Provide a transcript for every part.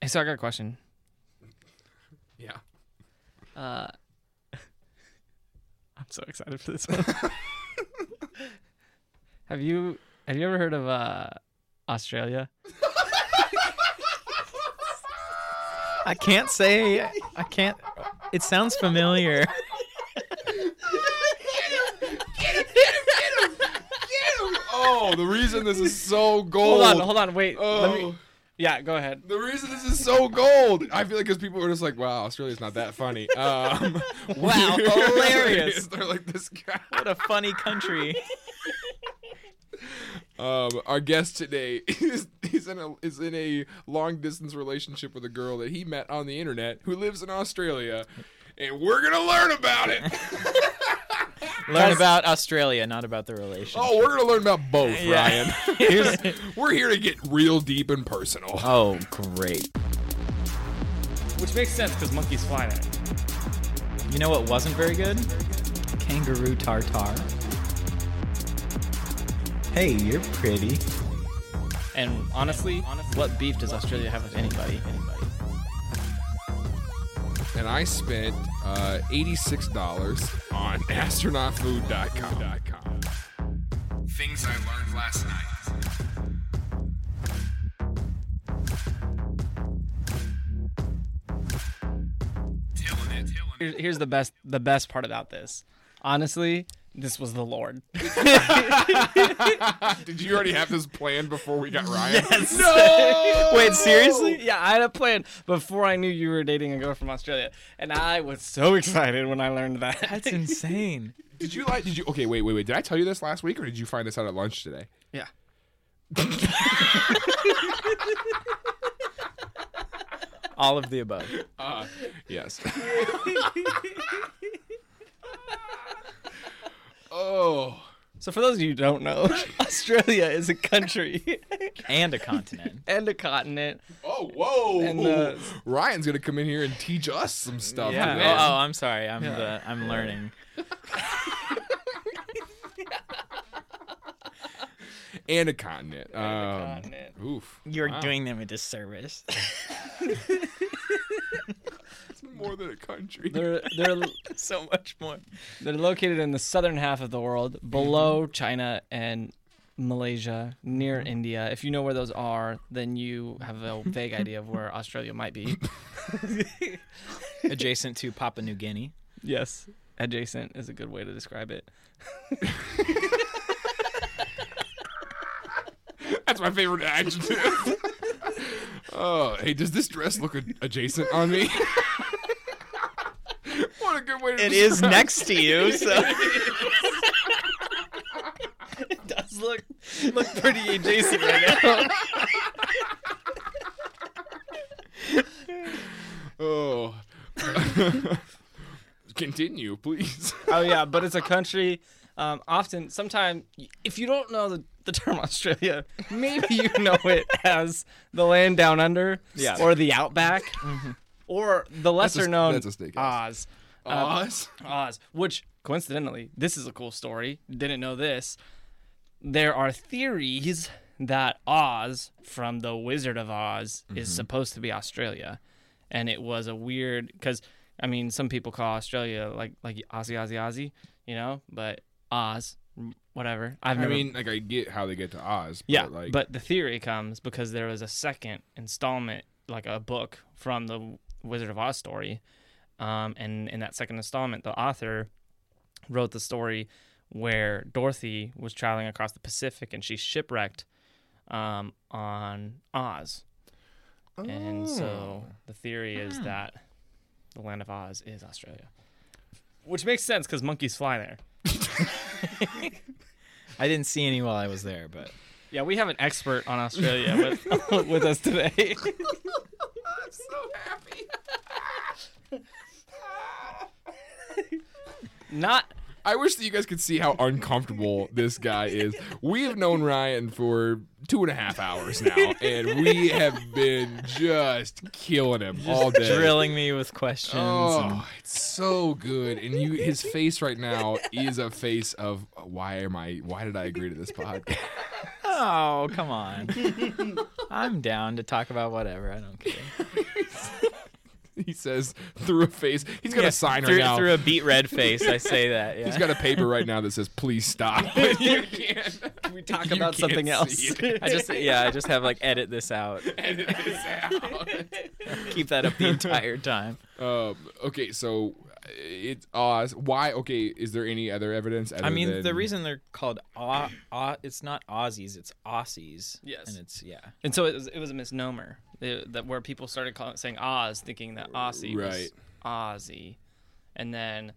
Hey, so I got a question. Yeah. Uh, I'm so excited for this one. have you have you ever heard of uh, Australia? I can't say. I can't. It sounds familiar. Oh, the reason this is so Hold gold. on, hold on, wait. Oh, Let me, yeah, go ahead. the reason this is so gold. I feel like because people were just like, "Wow, Australia's not that funny." Um, Wow, we're- hilarious. They're like this guy. What a funny country. Um, our guest today is he's in a is in a long distance relationship with a girl that he met on the internet who lives in Australia, and we're gonna learn about it. Learn about Australia, not about the relation. oh, we're gonna learn about both, Yeah. Ryan. we're here to get real deep and personal. oh, great. Oh, Which makes sense because monkeys fly there. You know what wasn't very good? Kangaroo tartar. Hey, you're pretty. And honestly, what beef does Australia have with anybody? Anybody? and I spent uh, $86 on astronautfood.com. Things I learned last night. Here's, here's the best the best part about this. Honestly, this was the Lord. Did you already have this planned before we got Ryan? No. Wait, seriously? Yeah, I had a plan before I knew you were dating a girl from Australia, and I was so excited when I learned that. That's insane. Did you like? Did you? Okay, wait, wait, wait. Did I tell you this last week, or did you find this out at lunch today? yeah. All of the above. Yes. oh. So for those of you who don't know, Australia is a country And a continent. and a continent. Oh, whoa! And, uh, Ryan's gonna come in here and teach us some stuff. Yeah. today. Oh, oh, I'm sorry. I'm the I'm learning. and a continent. um, continent. Oof. You're Wow. doing them a disservice. It's more than a country. They're they're so much more. they're located in the southern half of the world, below China and Malaysia, near India. If you know where those are, then you have a vague idea of where Australia might be. Adjacent to Papua New Guinea. Yes. Adjacent is a good way to describe it. That's my favorite adjective. oh, hey, does this dress look ad- adjacent on me? what a good way to It is describe- next to you, so It does look look pretty adjacent right now. Oh. Continue, please. oh yeah, but it's a country. Um, often, sometimes, if you don't know the, the term Australia, maybe you know it as the land down under, Yeah. or the outback, or the a- lesser known Mm-hmm. that's a steakhouse. Oz. Oz. Oz, which coincidentally, this is a cool story. Didn't know this. There are theories that Oz from The Wizard of Oz is Mm-hmm. supposed to be Australia. And it was a weird because I mean some people call Australia like like Aussie Aussie Aussie, you know, but Oz m- whatever. I've I never mean, like I get how they get to Oz. But yeah, like, but the theory comes because there was a second installment, like a book from the Wizard of Oz story, um, and in that second installment, the author wrote the story where Dorothy was traveling across the Pacific and she shipwrecked um, on Oz, and so Oh. the theory is Hmm. that the land of Oz is Australia, which makes sense because monkeys fly there. I didn't see any while I was there, but Yeah, we have an expert on Australia with, with us today. I'm so happy. Not I wish that you guys could see how uncomfortable this guy is. We have known Ryan for two and a half hours now, and we have been just killing him all day. drilling me with questions. and- Oh, it's so good. And you his face right now is a face of why am I why did I agree to this podcast? Oh, come on. I'm down to talk about whatever. I don't care. He says through a face. He's got Yeah, a sign through, right now. through a beat red face. I say that. Yeah. He's got a paper right now that says "Please stop." you can't. we talk you about something can't else. see I just yeah, I just have like edit this out. Edit this out. Keep that up the entire time. Um, okay, so it's uh, why? Okay, is there any other evidence? Other I mean, than, the reason they're called Au, Au, it's not Aussies, it's Aussies. Yes. And it's yeah. And so it was, it was a misnomer They- that where people started calling, saying Oz, thinking that Aussie Right. was Aussie, and then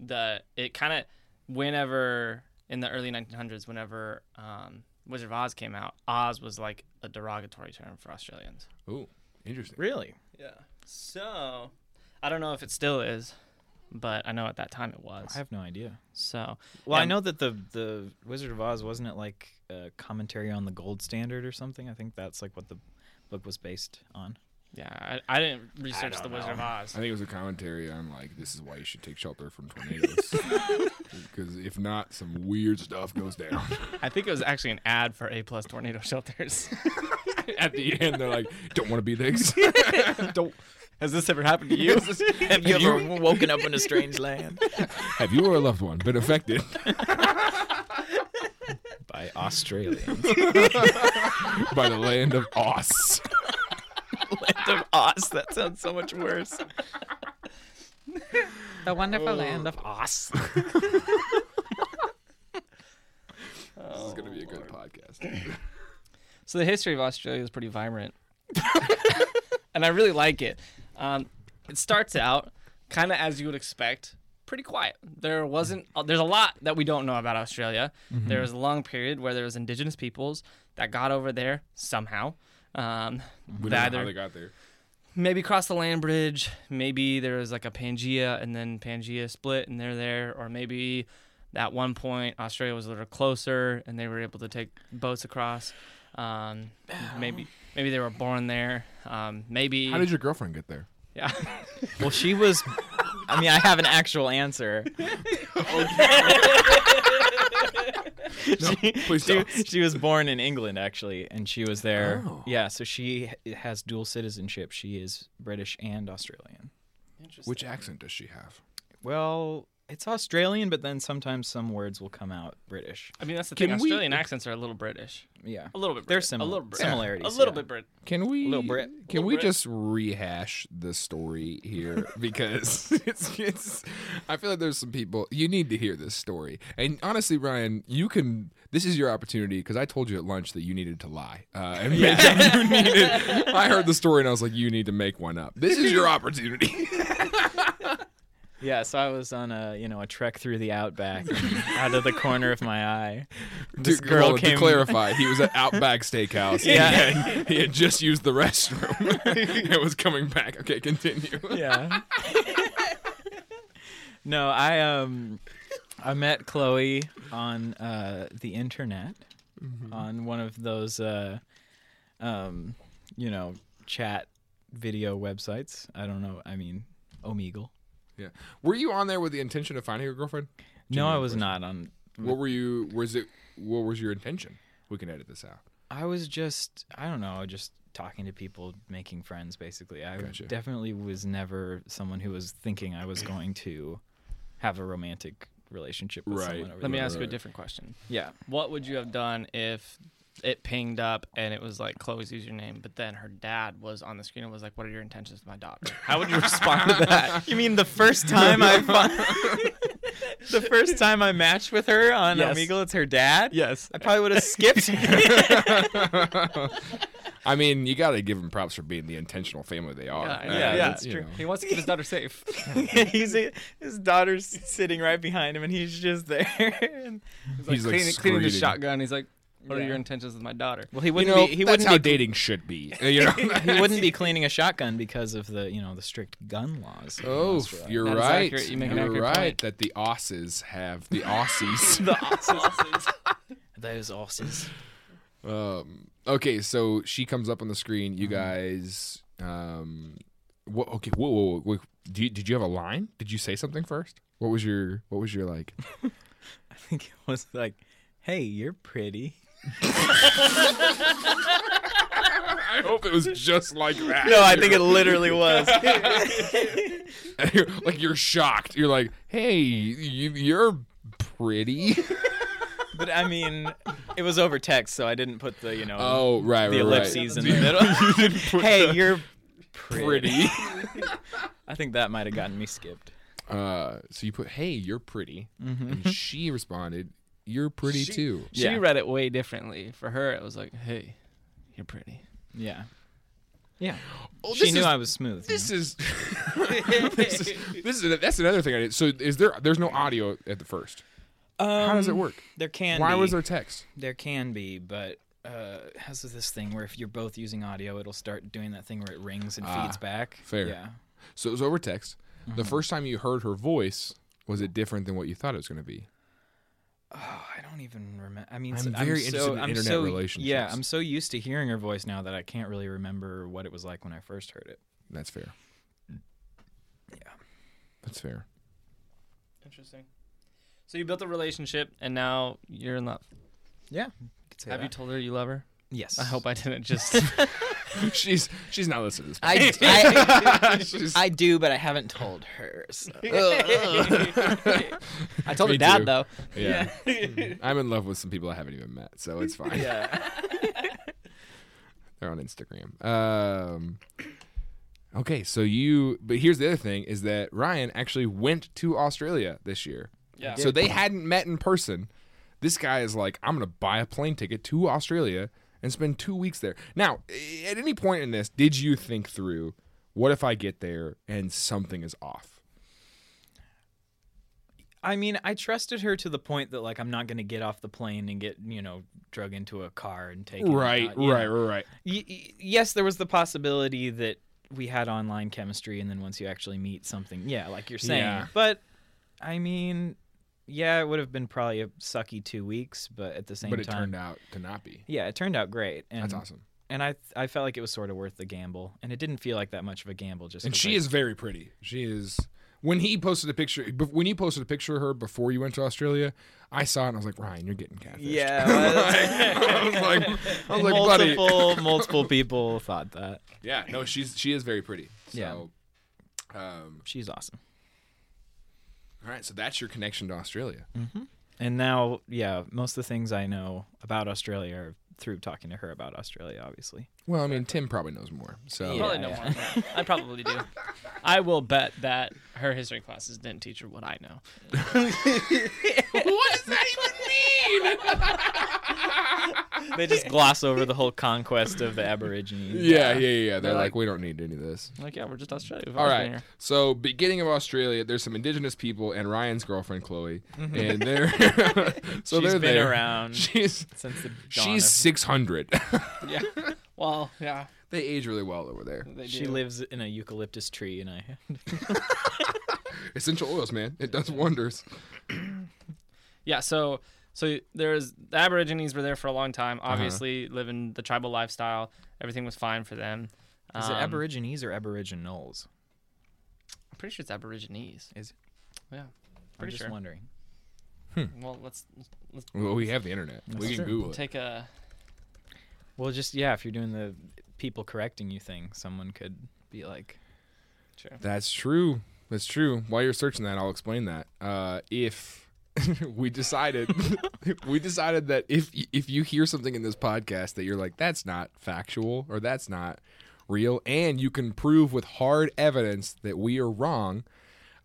the it kind of whenever in the early 1900s, whenever um, Wizard of Oz came out, Oz was like a derogatory term for Australians. Ooh, interesting. Really? Yeah. So I don't know if it still is, but I know at that time it was. I have no idea. so Well, I and- know that the the Wizard of Oz wasn't it like a commentary on the gold standard or something? I think that's like what the book was based on. Yeah, I, I didn't research don't the Wizard of know. I Oz. think it was a commentary on like this is why you should take shelter from tornadoes because if not, some weird stuff goes down. I think it was actually an ad for A plus tornado shelters. At the end, they're like, "Don't want to be this." Don't. Has this ever happened to you? Have you ever woken up in a strange land? Have you or a loved one been affected? By Australians. by the land of Oz. land of Oz. That sounds so much worse. the wonderful land of Oz. This is gonna be a good podcast. so the history of Australia is pretty vibrant, and I really like it. Um, it starts out kind of as you would expect, pretty quiet. There wasn't. uh, There's a lot that we don't know about Australia. There was a long period where there was Indigenous peoples that got over there somehow. Um, We they don't know how either- they got there. maybe cross the land bridge maybe there was like a pangea and then pangea split and they're there or maybe at one point australia was a little closer and they were able to take boats across um, maybe maybe they were born there um, maybe How did your girlfriend get there? yeah Well, she was. I mean, I have an actual answer. she, please she, don't. she was born in England, actually, and she was there. Oh. Yeah, so she h- has dual citizenship. She is British and Australian. Which accent does she have? Well, it's Australian, but then sometimes some words will come out British. i mean that's the Can thing we- australian accents are a little british Yeah, a little bit they're Brit- a little similar Brit- similarities. a little yeah. bit brit Can we Little Brit. Can Little we Brit. just rehash the story here because it's, it's I feel like there's some people you need to hear this story. And honestly, Ryan, you can this is your opportunity because I told you at lunch that you needed to lie. Uh, and make up you needed. I heard the story and I was like, you need to make one up. This is your opportunity. Yeah, so I was on a you know a trek through the outback, and out of the corner of my eye, this to, girl well, to came. clarify, he was at Outback Steakhouse. Yeah. He had, he had just used the restroom. it was coming back. Okay, continue. yeah. no, I um, I met Chloe on uh, the internet Mm-hmm. on one of those uh, um, you know, chat video websites. I don't know. I mean, Omegle. Yeah. Were you on there with the intention of finding your girlfriend? No, I was not on. What were you? Was it? What was your intention? We can edit this out. I was just I don't know, just talking to people, making friends basically. I Gotcha. definitely was never someone who was thinking I was going to have a romantic relationship with Right. someone over let me the- ask you a Right. different question Yeah. what would you have done if it pinged up and it was like Chloe's username, but then her dad was on the screen and was like, "What are your intentions with my daughter?" How would you respond to that? you mean the first time I the first time I matched with her on Yes. Omegle, it's her dad? Yes. I probably would have skipped. I mean, you got to give them props for being the intentional family they are. Yeah, Uh, yeah, that's- that's you true. know. He wants to keep his daughter safe. he's his daughter's sitting right behind him, and he's just there. And, He's like cleaning, cleaning the screeding. shotgun. He's like, "What are Yeah. your intentions with my daughter?" well, he You wouldn't know, be. He that's wouldn't how be dating should be. Uh, You know. he wouldn't be cleaning a shotgun because of the you know the strict gun laws. in Oh, Australia. you're That is right. accurate. You make an are accurate right point. that the Aussies have the Aussies. those horses. Um. Okay, so she comes up on the screen. Mm-hmm. You guys. Um. What? Okay. Whoa. Whoa. whoa, wait, do you, did you have a line? Did you say something first? What was your What was your like? I think it was like, "Hey, you're pretty." I hope it was just like that. No, I think it literally was. like you're shocked. You're like, hey, you, you're pretty. But I mean, it was over text, so I didn't put the you know Oh, right, the right, right. ellipses in the middle. hey, you're pretty. Pretty. I think that might have gotten me skipped. Uh, so you put, hey, you're pretty, Mm-hmm. and she responded, you're pretty too. She Yeah. read it way differently. For her, it was like, "Hey, you're pretty." Yeah. Yeah. Oh, she this knew is- I was smooth. you This is, this is this is that's another thing I did. So is there there's no audio at the first? know? How does it Um, work? There can Why be. was there text? There can be, but uh, how's this thing where if you're both using audio, it'll start doing that thing where it rings and feeds back. Ah, fair. Yeah. So it was over text. The Mm-hmm. first time you heard her voice, was it different than what you thought it was going to be? Oh, I don't even remember. I mean, I'm so- very so, interested in I'm internet so, Yeah, relationships. I'm so used to hearing her voice now that I can't really remember what it was like when I first heard it. That's fair. Yeah. That's fair. Interesting. So you built a relationship, and now you're in love. Yeah. could say Have you that. told her you love her? yes. I hope I didn't just. she's she's not listening to I, I, this. She's- I do, but I haven't told her. So. I told her Me dad too. though. yeah. I'm in love with some people I haven't even met, so it's fine. yeah. They're on Instagram. Um, okay, so you. But here's the other thing: is that Ryan actually went to Australia this year. Yeah. So they hadn't met in person. This guy is like, I'm gonna buy a plane ticket to Australia and spend two weeks there. Now, i- at any point in this, did you think through what if I get there and something is off? I mean, I trusted her to the point that like I'm not gonna get off the plane and get you know drug into a car and taken. Right, out, you right, know. right, right. Y- y- yes, there was the possibility that we had online chemistry, and then once you actually meet something, yeah, like you're saying. Yeah. But I mean, yeah, it would have been probably a sucky two weeks, but at the same But it time, turned out to not be. yeah, it turned out great. And, That's awesome. And I I felt like it was sort of worth the gamble, and it didn't feel like that much of a gamble. Just And 'cause she I- is very pretty. She is. When he posted a picture, bef- when you posted a picture of her before you went to Australia, I saw it and I was like, Ryan, you're getting catfished. Yeah, well, I was like, I was like, buddy. multiple multiple people thought that Yeah, no, she's she is very pretty. Yeah. So, um, she's awesome. all right, so that's your connection to Australia. And now, yeah, most of the things I know about Australia are through talking to her about Australia, obviously. Well, I mean, Tim probably knows more. So Yeah. Probably no more. than that. I probably do. I will bet that her history classes didn't teach her what I know. what does that even mean? They just gloss over the whole conquest of the Aborigines. Yeah, yeah, yeah. yeah. They're, like, we don't need any of this. I'm like, yeah, we're just Australia. All right. So, beginning of Australia, there's some indigenous people and Ryan's girlfriend Chloe, and they're so Mm-hmm. She's they're been there. around She's since the dawn she's of- 600. Yeah. Well, yeah. they age really well over there. They she do. lives in a eucalyptus tree, and I Essential oils, man. It does wonders. Yeah, so so there's the Aborigines were there for a long time, Uh-huh. obviously living the tribal lifestyle. Everything was fine for them. is it Um, Aborigines or Aboriginals? I'm pretty sure it's Aborigines. Is it? Yeah. I'm Pretty just sure. wondering. Well, let's let's Well, we have the internet. we can Google it. take a Well, just yeah, if you're doing the people correcting you thing, someone could be like, That's true. That's true. While you're searching that, I'll explain that. Uh, if we decided, we decided that if if you hear something in this podcast that you're like, that's not factual or that's not real, and you can prove with hard evidence that we are wrong,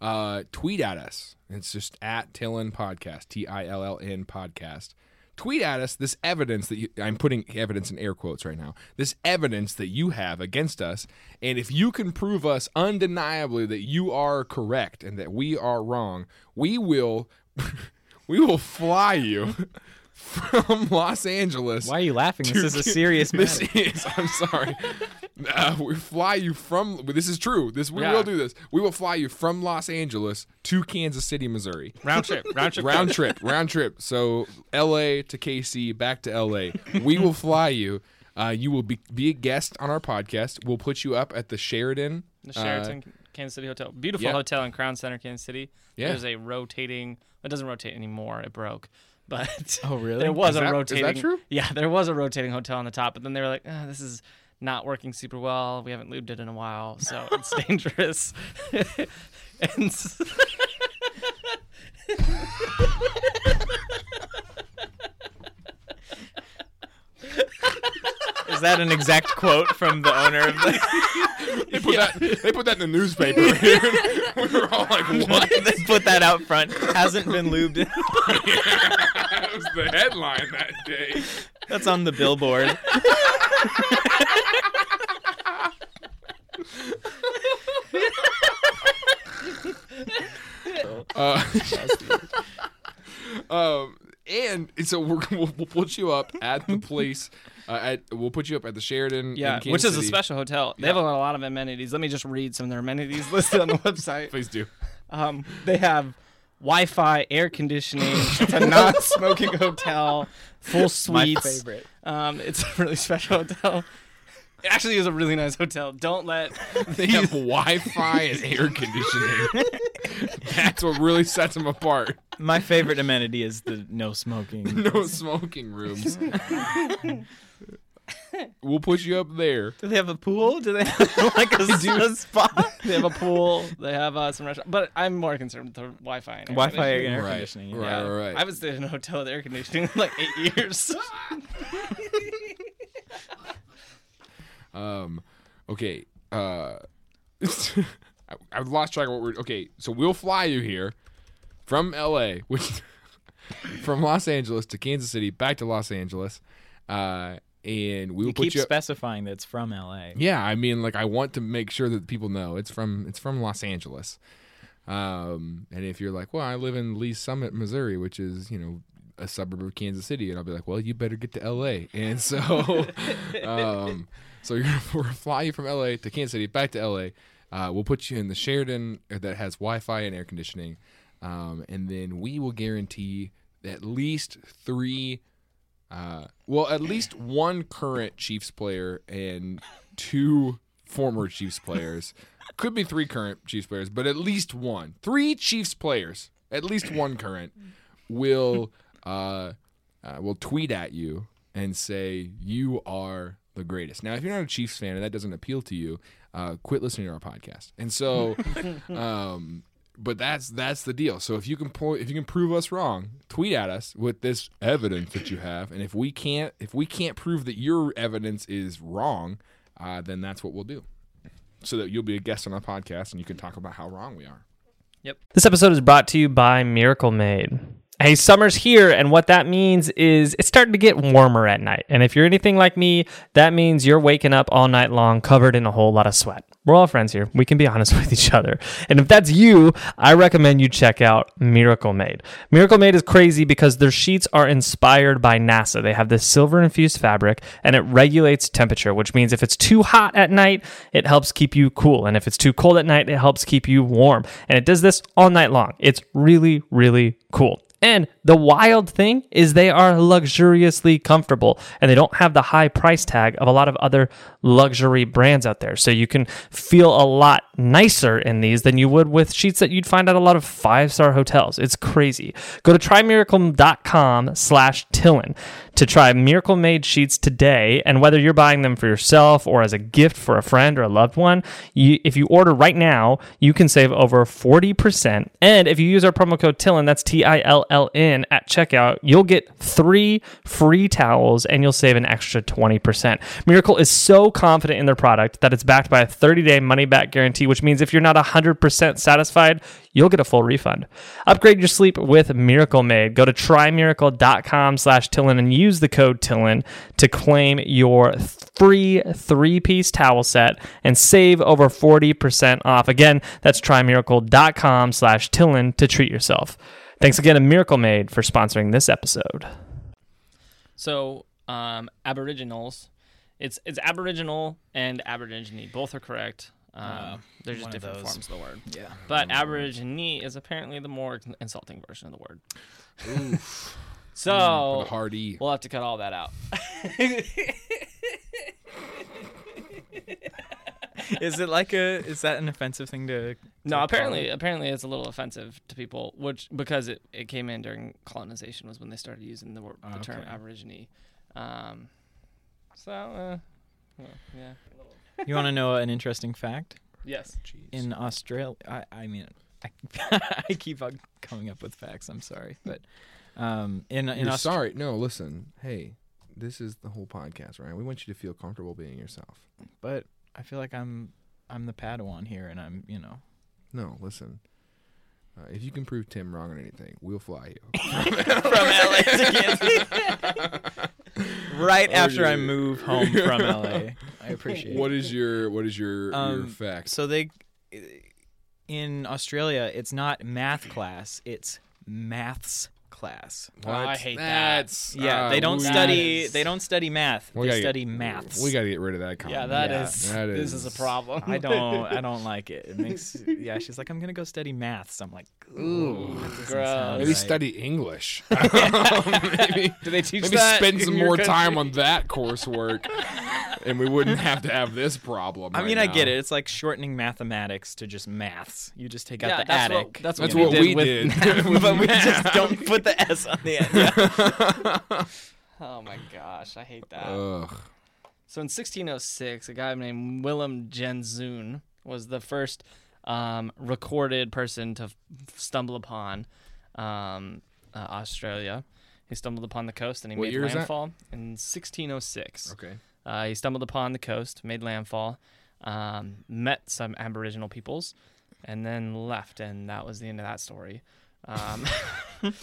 uh, tweet at us. It's just at Tillin Podcast, T I L L N Podcast. Tweet at us this evidence that you, I'm putting evidence in air quotes right now. This evidence that you have against us, and if you can prove us undeniably that you are correct and that we are wrong, we will, we will fly you from Los Angeles. "Why are you laughing? This is a serious This matter." is. I'm sorry. Uh, we fly you from. This is true. This we Yeah. will do this. We will fly you from Los Angeles to Kansas City, Missouri. round trip. Round trip. Round trip. Round trip. So L.A. to KC, back to L.A. We will fly you. Uh, you will be, be a guest on our podcast. We'll put you up at the Sheridan. The uh, Sheraton Kansas City Hotel. Beautiful yeah. hotel in Crown Center, Kansas City. Yeah. There's a rotating it doesn't rotate anymore, it broke. but Oh, really? there was Is a that- is that rotating. true? Yeah, there was a rotating hotel on the top, but then they were like, "Ah, "This is not working super well. We haven't lubed it in a while, so it's dangerous." and s- Is that an exact quote from the owner of the? They put that they put that in the newspaper. we were all like, "What?" they put that out front. Hasn't been lubed. in- that was the headline that day. That's on the billboard. Uh, um, and so we're, we'll, we'll put you up at the place. Uh, at we'll put you up at the Sheridan. yeah, in Kansas which is a City. special hotel. They have a lot a lot of amenities. Let me just read some of their amenities listed on the website. Please do. Um, they have Wi-Fi, air conditioning, it's a non-smoking hotel, full suites. favorite. Um, it's a really special hotel. It actually is a really nice hotel. Don't let They have Wi-Fi and air conditioning. That's what really sets them apart. My favorite amenity is the no smoking. No smoking rooms. we'll put you up there. Do they have a pool? Do they have like a, a spa? They have a pool. They have uh, some restaurant. But I'm more concerned with the Wi-Fi. And air Wi-Fi conditioning. and air Right, conditioning. yeah. right. Yeah. I haven't stayed in a hotel with air conditioning in like eight years. Um, okay. Uh, I, I've lost track of what we're. Okay, so we'll fly you here from L.A. which from Los Angeles to Kansas City, back to Los Angeles, uh, and we'll You put keep you. specifying that it's from LA. yeah, I mean, like I want to make sure that people know it's from it's from Los Angeles. Um, and if you're like, well, I live in Lee Summit, Missouri, which is you know a suburb of Kansas City, and I'll be like, well, you better get to L.A. And so, um, so you're gonna we're gonna fly you from L.A. to Kansas City, back to L.A. Uh, we'll put you in the Sheridan uh, that has Wi-Fi and air conditioning, um, and then we will guarantee at least three. Uh, well, at least one current Chiefs player and two former Chiefs players. Could be three current Chiefs players, but at least one. Three Chiefs players, at least one current, will uh, uh, will tweet at you and say you are the greatest. Now, if you're not a Chiefs fan and that doesn't appeal to you, uh, quit listening to our podcast. And so, um, but that's that's the deal. So if you can point, if you can prove us wrong, tweet at us with this evidence that you have. And if we can't, if we can't prove that your evidence is wrong, uh, then that's what we'll do. So that you'll be a guest on our podcast and you can talk about how wrong we are. This episode is brought to you by Miracle Made. Hey, summer's here, and what that means is it's starting to get warmer at night. And if you're anything like me, that means you're waking up all night long covered in a whole lot of sweat. We're all friends here. We can be honest with each other. And if that's you, I recommend you check out Miracle Made. Miracle Made is crazy because their sheets are inspired by NASA. They have this silver infused fabric and it regulates temperature, which means if it's too hot at night, it helps keep you cool. And if it's too cold at night, it helps keep you warm. And it does this all night long. It's really, really cool. And the wild thing is they are luxuriously comfortable and they don't have the high price tag of a lot of other luxury brands out there. So you can feel a lot nicer in these than you would with sheets that you'd find at a lot of five-star hotels. It's crazy. Go to trymiracle.com slash Tillin to try Miracle Made sheets today. And whether you're buying them for yourself or as a gift for a friend or a loved one, you, if you order right now, you can save over 40%. And if you use our promo code TILLIN, that's T I L L N, at checkout, you'll get three free towels and you'll save an extra 20%. Miracle is so confident in their product that it's backed by a 30 day money back guarantee, which means if you're not 100% satisfied, you'll get a full refund. Upgrade your sleep with Miracle Made. Go to trymiracle.com slash Tillin and use the code Tillin to claim your free three-piece towel set and save over 40% off. Again, that's trymiracle.com slash Tillin to treat yourself. Thanks again to Miracle Made for sponsoring this episode. So, um, Aboriginals, it's it's Aboriginal and Aborigine. Both are correct. Um, Uh, they're just one of different those. forms of the word. Yeah. But Aborigine is apparently the more insulting version of the word. Put a so hard E. we'll have to cut all that out. Is it like a? Is that an offensive thing to? No, to apparently, call? apparently it's a little offensive to people, which because it, it came in during colonization was when they started using the, wor- the Ah, term okay. aborigine. Um, so, uh, well, yeah. You want to know an interesting fact? Yes. In Australia, I, I mean, I, I keep on coming up with facts. I'm sorry, but um, in in You're Aust- sorry. No, listen. Hey, this is the whole podcast, Ryan. We want you to feel comfortable being yourself. but I feel like I'm I'm the Padawan here, and I'm you know No, listen. Uh, if you can prove Tim wrong on anything, we'll fly you. from LA to Kansas. right Oh, after I dude. move home from LA. I appreciate what it. is your What is your your Um, fact? So they in Australia, it's not math class, it's maths class. Oh, I hate that. That's, Yeah, uh, they don't we- that study is- they don't study math. we they gotta get- study maths. We got to get rid of that comment. Yeah, that is. Yeah. That This is a is- problem. I don't I don't like it. It makes yeah, she's like I'm going to go study maths. I'm like ooh. that doesn't gross. sound Maybe right. study English. maybe Do they teach maybe that spend in some your more country? time on that coursework, and we wouldn't have to have this problem. I right mean, I get now. it. It's like shortening mathematics to just maths. You just take out Yeah, the that's attic. what, that's what, That's we what did we with did. math. with but we math. just don't put the S on the end. Oh my gosh, I hate that. Ugh. So in 1606, a guy named Willem Janzoon was the first um, recorded person to f- stumble upon um, uh, Australia. He stumbled upon the coast and he What made year is that? landfall in 1606. Okay. Uh, he stumbled upon the coast, made landfall, um, met some Aboriginal peoples, and then left. And that was the end of that story. Um,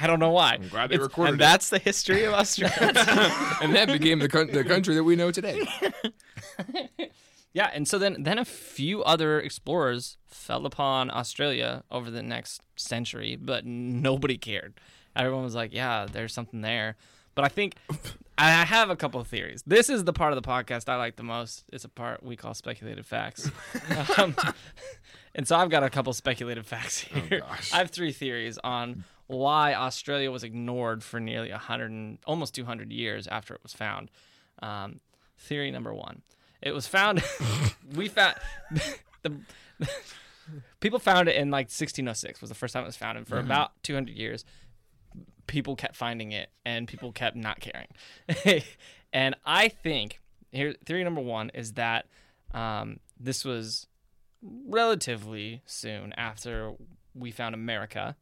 I don't know why. I'm glad they recorded And that's the history of Australia. it. And that became the, coun- the country that we know today. Yeah, and so then then a few other explorers fell upon Australia over the next century, but nobody cared. Everyone was like, "Yeah, there's something there." But I think I have a couple of theories. This is the part of the podcast I like the most. It's a part we call speculated facts. um, and so I've got a couple speculated facts here. gosh. I have three theories on why Australia was ignored for nearly 100 and almost 200 years after it was found. Um, theory number one it was found, we found, the, people found it in like 1606 was the first time it was found, and for about 200 years, people kept finding it and people kept not caring. and I think here theory number one is that um, this was relatively soon after we found America,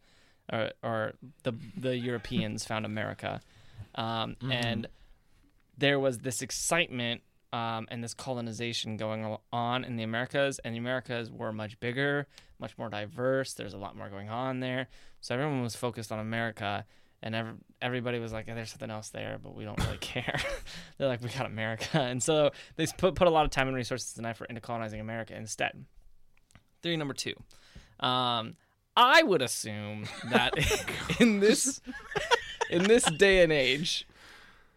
or, or the the Europeans found America, um, and there was this excitement um, and this colonization going al- on in the Americas, and the Americas were much bigger, much more diverse. There's a lot more going on there, so everyone was focused on America, and ev- everybody was like, "Eh, "There's something else there," but we don't really care. They're like, "We got America," and so they s- put put a lot of time and resources and effort into colonizing America instead. Theory number two. Um, I would assume that in this in this day and age,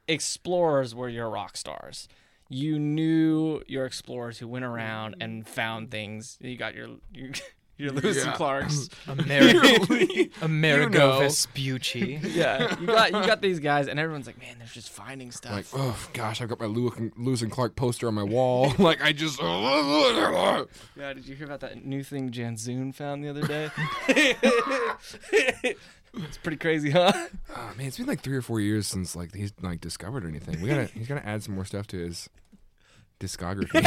explorers were your rock stars. You knew your explorers who went around and found things. You got your your, your Lewis Yeah. and Clark's. Amerigo, Amerigo You know. Vespucci. Yeah, you got you got these guys, and everyone's like, man, they're just finding stuff. Like, oh gosh, I've got my Lew- Lewis and Clark poster on my wall. like, I just. yeah, did you hear about that new thing Janzoon found the other day? it's pretty crazy, huh? Ah, man, it's been like three or four years since like he's like discovered anything. We gotta he's gotta add some more stuff to his discography.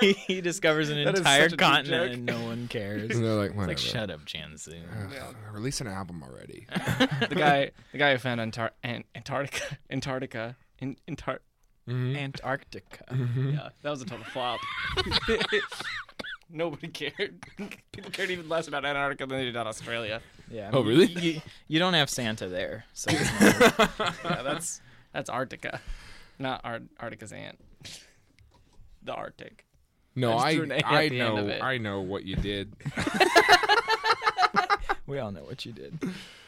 he, he discovers an is entire such a deep continent joke. and no one cares. and It's they're like, whatever. like, shut up, Jansen. Ugh, Release an album already. The guy, the guy who found Antar- An- Antarctica, Antarctica, in- Antar- Antarctica. Yeah, that was a total flop. Nobody cared. People cared even less about Antarctica than they did about Australia. Yeah. I Oh, mean, really? You, you don't have Santa there, so it's not- yeah, that's That's Arctica, not Ar- Arctica's aunt. The Arctic. I No, just I threw an A at I the end of know it. I know what you did. we all know what you did.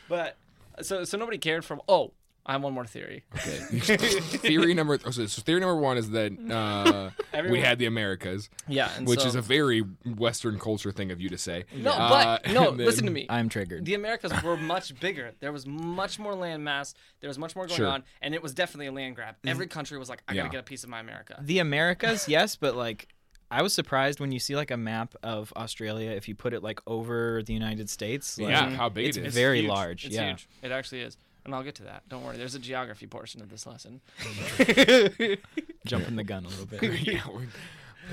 But so so nobody cared from. Oh, I have one more theory. Okay. theory number oh, so, so theory number one is that uh, we Everyone- had the Americas, Yeah, and which so- is a very Western culture thing of you to say. no, Uh, but no. and then- listen to me. I'm triggered. the Americas were much bigger. There was much more land mass. There was much more going Sure. on, and it was definitely a land grab. Every country was like, "I Yeah. gotta get a piece of my America." The Americas, yes, but like I was surprised when you see like a map of Australia if you put it like over the United States. Like, Yeah, how big it's it is. very huge. large. It's yeah. huge. It actually is, and I'll get to that. Don't worry. There's a geography portion of this lesson. Jumping the gun a little bit. yeah, we're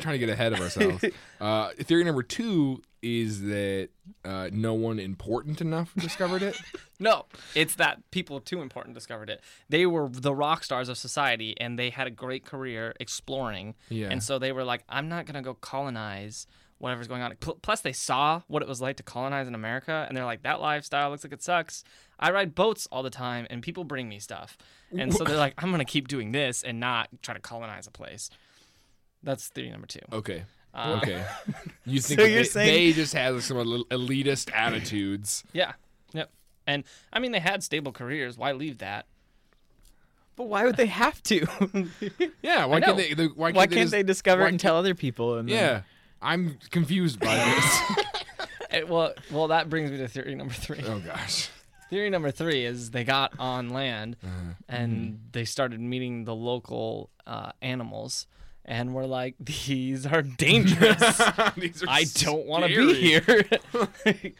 trying to get ahead of ourselves. Uh, theory number two is that uh, no one important enough discovered it. No, it's that people too important discovered it. They were the rock stars of society, and they had a great career exploring. Yeah. And so they were like, "I'm not gonna go colonize." Whatever's going on. Pl- Plus, they saw what it was like to colonize in America, and they're like, "That lifestyle looks like it sucks." I ride boats all the time, and people bring me stuff, and so they're like, "I'm gonna keep doing this and not try to colonize a place." That's theory number two. Okay. Uh, okay. You think So that you're they, saying- they just had some el- elitist attitudes. Yeah. Yep. And I mean, they had stable careers. Why leave that? But why would they have to? Yeah, why can't know. they? they- Why can't, why they, can't just- they discover why it and can't- tell other people? And then- Yeah, I'm confused by this. Eh, well, well, that brings me to theory number three. oh gosh. Theory number three is they got on land Uh-huh. Mm-hmm. and they started meeting the local uh, animals and were like, these are dangerous. These are I don't want to be scary. here.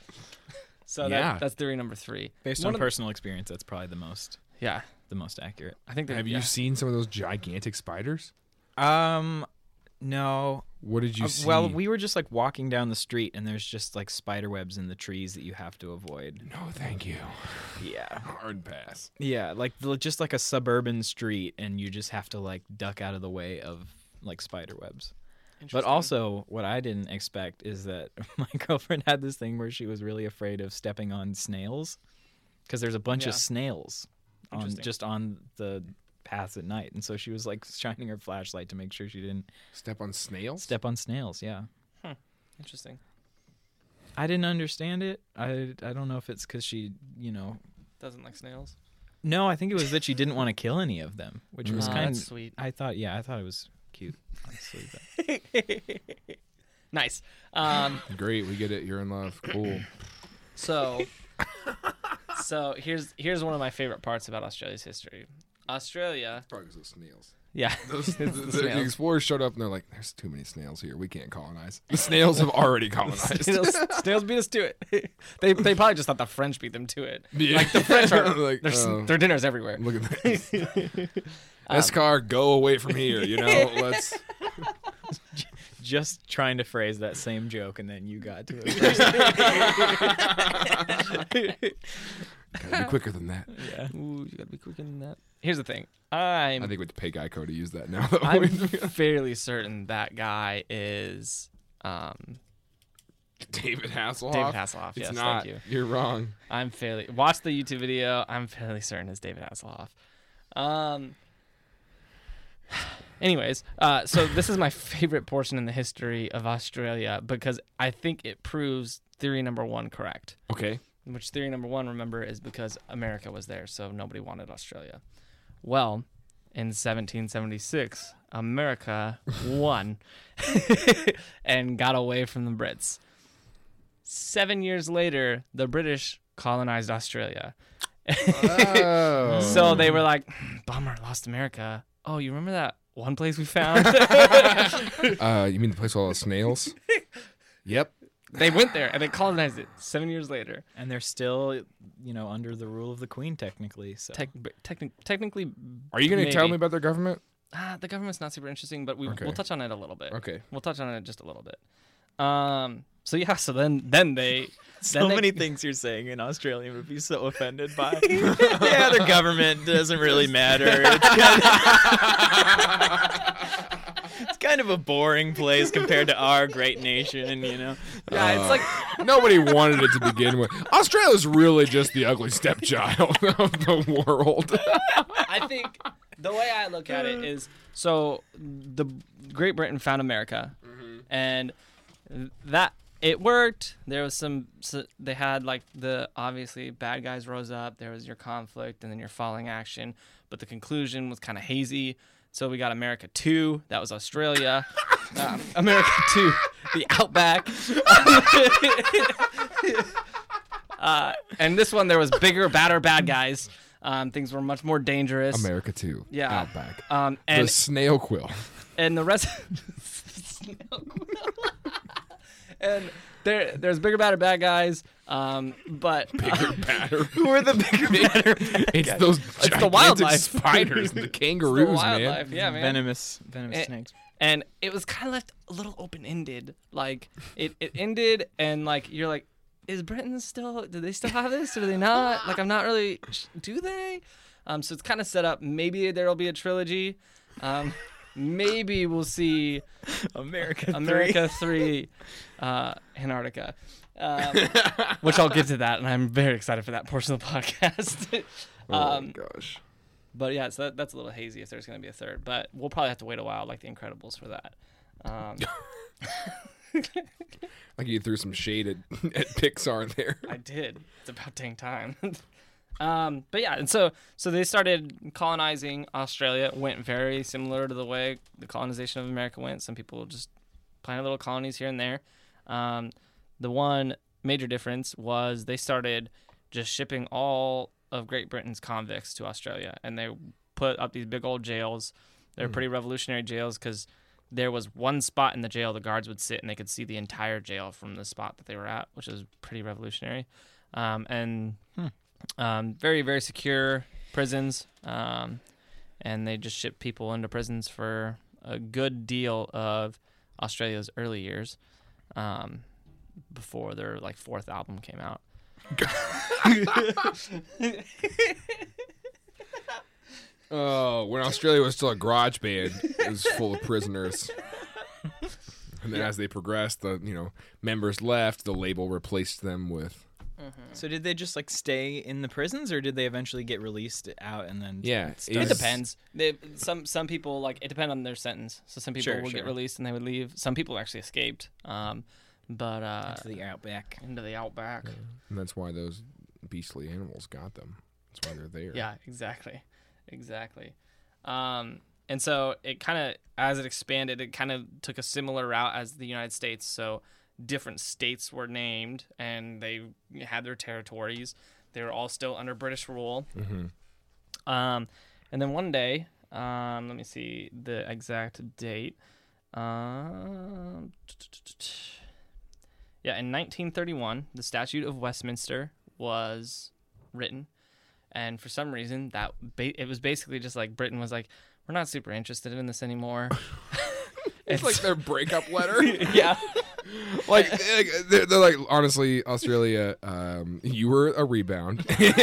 so Yeah. that, that's theory number three. Based One on of- personal experience, that's probably the most yeah, the most accurate. I think that. Have yeah. you seen some of those gigantic spiders? Um, no. What did you Uh, see? well, we were just like walking down the street, and there's just like spider webs in the trees that you have to avoid. No, thank you. Yeah. Hard pass. Yeah, like the- just like a suburban street, and you just have to like duck out of the way of like spider webs. But also, what I didn't expect is that my girlfriend had this thing where she was really afraid of stepping on snails because there's a bunch of Yeah. snails on Interesting. just on the paths at night, and so she was like shining her flashlight to make sure she didn't Step on snails. step on snails. Yeah, Interesting. I didn't understand it. I I don't know if it's because she you know Doesn't like snails. no, I think it was that she didn't want to kill any of them, which was Aw, kind of Uh, that's sweet. I thought, yeah, I thought it was cute. Honestly, but Nice. Um, Great, we get it. You're in love. Cool. So, so here's here's one of my favorite parts about Australia's history. Australia, Probably 'cause those snails. yeah, Those, the, the snails. explorers showed up and they're like, "There's too many snails here. We can't colonize." The snails have already colonized. snails, snails beat us to it. they they probably just thought the French beat them to it. Yeah. Like the French are Like, their, s- oh. their dinners everywhere. Look at this. Escar, go away from here. You know, let's. just trying to phrase that same joke, and then you got to it. first. Gotta be quicker than that. yeah. Ooh, you gotta be quicker than that. Here's the thing. I'm I think we have to pay Geico to use that now. though. I'm fairly certain that guy is um David Hasselhoff. David Hasselhoff. It's yes, not. thank you. You're wrong. I'm fairly watch the YouTube video. I'm fairly certain it's David Hasselhoff. Um. Anyways, uh, so this is my favorite portion in the history of Australia because I think it proves theory number one correct. Okay. Which theory number one, remember, is because America was there, so nobody wanted Australia. Well, in 1776, America won and got away from the Brits. Seven years later, the British colonized Australia. Oh. So they were like, "Hmm, bummer, lost America. Oh, you remember that one place we found? Uh, you mean the place with all the snails? yep. they went there and they colonized it seven years later. And they're still, you know, under the rule of the queen technically. So Tec- techni- technically, Are you gonna Maybe. tell me about their government? ah, the government's not super interesting, but we, Okay. we'll touch on it a little bit. Okay. We'll touch on it just a little bit. Um. So yeah. So then, then they. so then they- many things you're saying in Australian would be so offended by. yeah, their government doesn't really matter. It's kind, of, it's kind of a boring place compared to our great nation, you know. Yeah, it's like Nobody wanted it to begin with. Australia's really just the ugly stepchild of the world. I think the way I look at it is so the Great Britain found America, and that it worked. There was some. So they had like the obviously bad guys rose up. There was your conflict and then your falling action, but the conclusion was kind of hazy. So we got America Two. That was Australia. um, America Two, the Outback. uh, and this one there was bigger, badder bad guys. Um, things were much more dangerous. America too. Yeah. Outback. um, and the snail quill. and the rest Snail Quill. and there there's bigger badder bad guys um but Bigger batter. Who are the bigger better? It's those gigantic wildlife. spiders, the kangaroos, man. wildlife yeah man venomous venomous Eh. snakes. and it was kind of left a little open-ended like it, it ended and like you're like is britain still do they still have this or do they not like i'm not really sh- do they um so it's kind of set up maybe there'll be a trilogy um maybe we'll see America. three. America three, uh, Antarctica, um, which I'll get to that, and I'm very excited for that portion of the podcast. um, Oh, gosh. but yeah, so that, that's a little hazy if there's going to be a third, but we'll probably have to wait a while, like The Incredibles, for that. Um, Like you threw some shade at, at Pixar there. I did. It's about dang time. um, but yeah, and so so they started colonizing Australia. It went very similar to the way the colonization of America went. Some people just planted little colonies here and there. Um, the one major difference was they started just shipping all of Great Britain's convicts to Australia, and they put up these big old jails. They're pretty revolutionary jails because there was one spot in the jail the guards would sit and they could see the entire jail from the spot that they were at, which is pretty revolutionary. Um, and Hmm. um, very, very secure prisons. Um, and they just shipped people into prisons for a good deal of Australia's early years um, before their like fourth album came out. Oh, when Australia was still a garage band, it was full of prisoners. And then as they progressed, the you know members left. The label replaced them with So did they just like stay in the prisons, or did they eventually get released out and then? yeah. It depends. They, some some people like it depends on their sentence. So some people Sure, will get sure. released and they would leave. Some people actually escaped. Um, but uh, To the outback. into the outback. And that's why those beastly animals got them. That's why they're there. Yeah, exactly, exactly. Um, and so it kind of, as it expanded, it kind of took a similar route as the United States. So different states were named, and they had their territories. They were all still under British rule. Um, and then one day, um, let me see the exact date. Um, yeah, in 1931, the Statute of Westminster was written, and for some reason, that ba- it was basically just like Britain was like, "We're not super interested in this anymore." It's like their breakup letter. yeah, like they're, they're like honestly australia um you were a rebound Still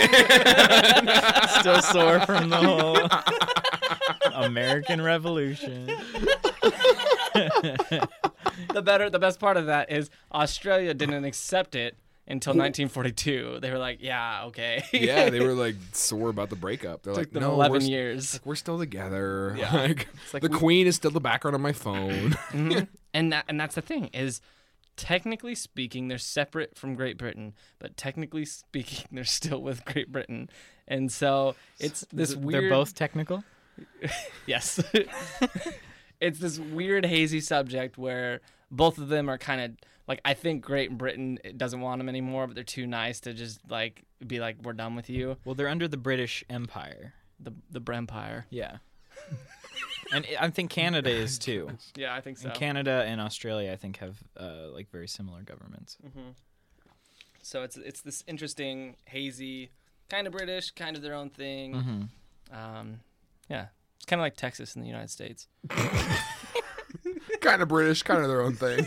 sore from the whole American Revolution. the better, the best part of that is Australia didn't accept it until 1942. They were like, "Yeah, okay." yeah they were like sore about the breakup they're like Took them no we're, 11 s- years. we're still together Yeah. like, like the we- queen is still the background on my phone Mhm. and that and that's the thing is technically speaking they're separate from Great Britain but technically speaking they're still with Great Britain and so it's this They're weird both technical. yes it's this weird hazy subject where both of them are kind of like I think Great Britain doesn't want them anymore but they're too nice to just like be like we're done with you Well, they're under the British Empire. the the Brempire Yeah. and I I think Canada is too. yeah I think so And Canada and Australia, I think, have uh, like very similar governments. so it's it's this interesting hazy kind of British kind of their own thing Um, yeah, it's kind of like Texas in the United States. kind of british kind of their own thing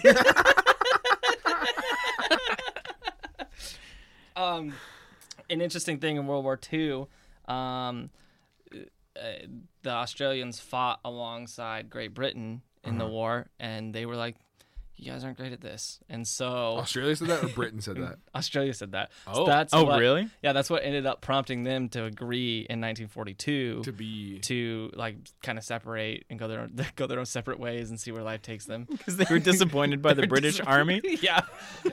Um, an interesting thing in World War II, um, uh, the Mm-hmm. Australians fought alongside Great Britain in the war, and they were like, you guys aren't great at this. And so Australia said that or Britain said that? Australia said that. So Oh. that's Oh, what- really? Yeah, that's what ended up prompting them to agree in 1942 To be to like kind of separate and go their own, go their own separate ways and see where life takes them. Because they were disappointed by the British army. yeah,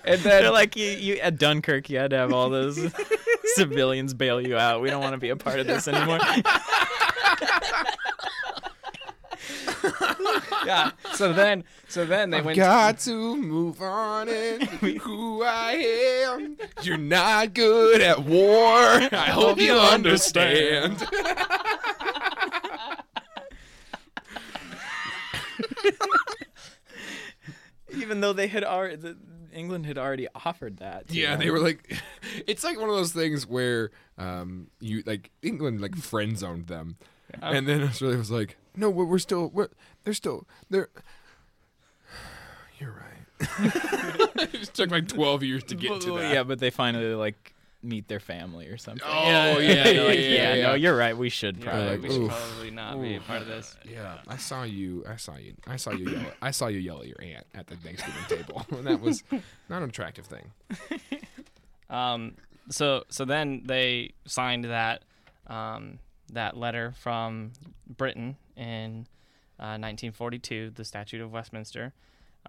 And then they're like, you, you at Dunkirk, you had to have all those civilians bail you out. We don't want to be a part of this anymore. yeah. So then, so then they Oh, I've went. got to move on and be who I am. You're not good at war. I hope you understand. Even though they had already, England had already offered that. to Yeah, them. they were like, it's like one of those things where um, you like England like friend zoned them, and then Australia was like, no, we're, we're still, we're they're still they're. You're right. it took like twelve years to get to Well, that. Yeah, but they finally like meet their family or something. Oh yeah, yeah, They're yeah, like, yeah, yeah. no, you're right. We should You're right, probably. like, we should oof. probably not be a part of this. Yeah, I saw you. I saw you. I saw you. Yell, I saw you yell at your aunt at the Thanksgiving table, and that was not an attractive thing. Um, so so then they signed that um, that letter from Britain in uh, 1942, the Statute of Westminster,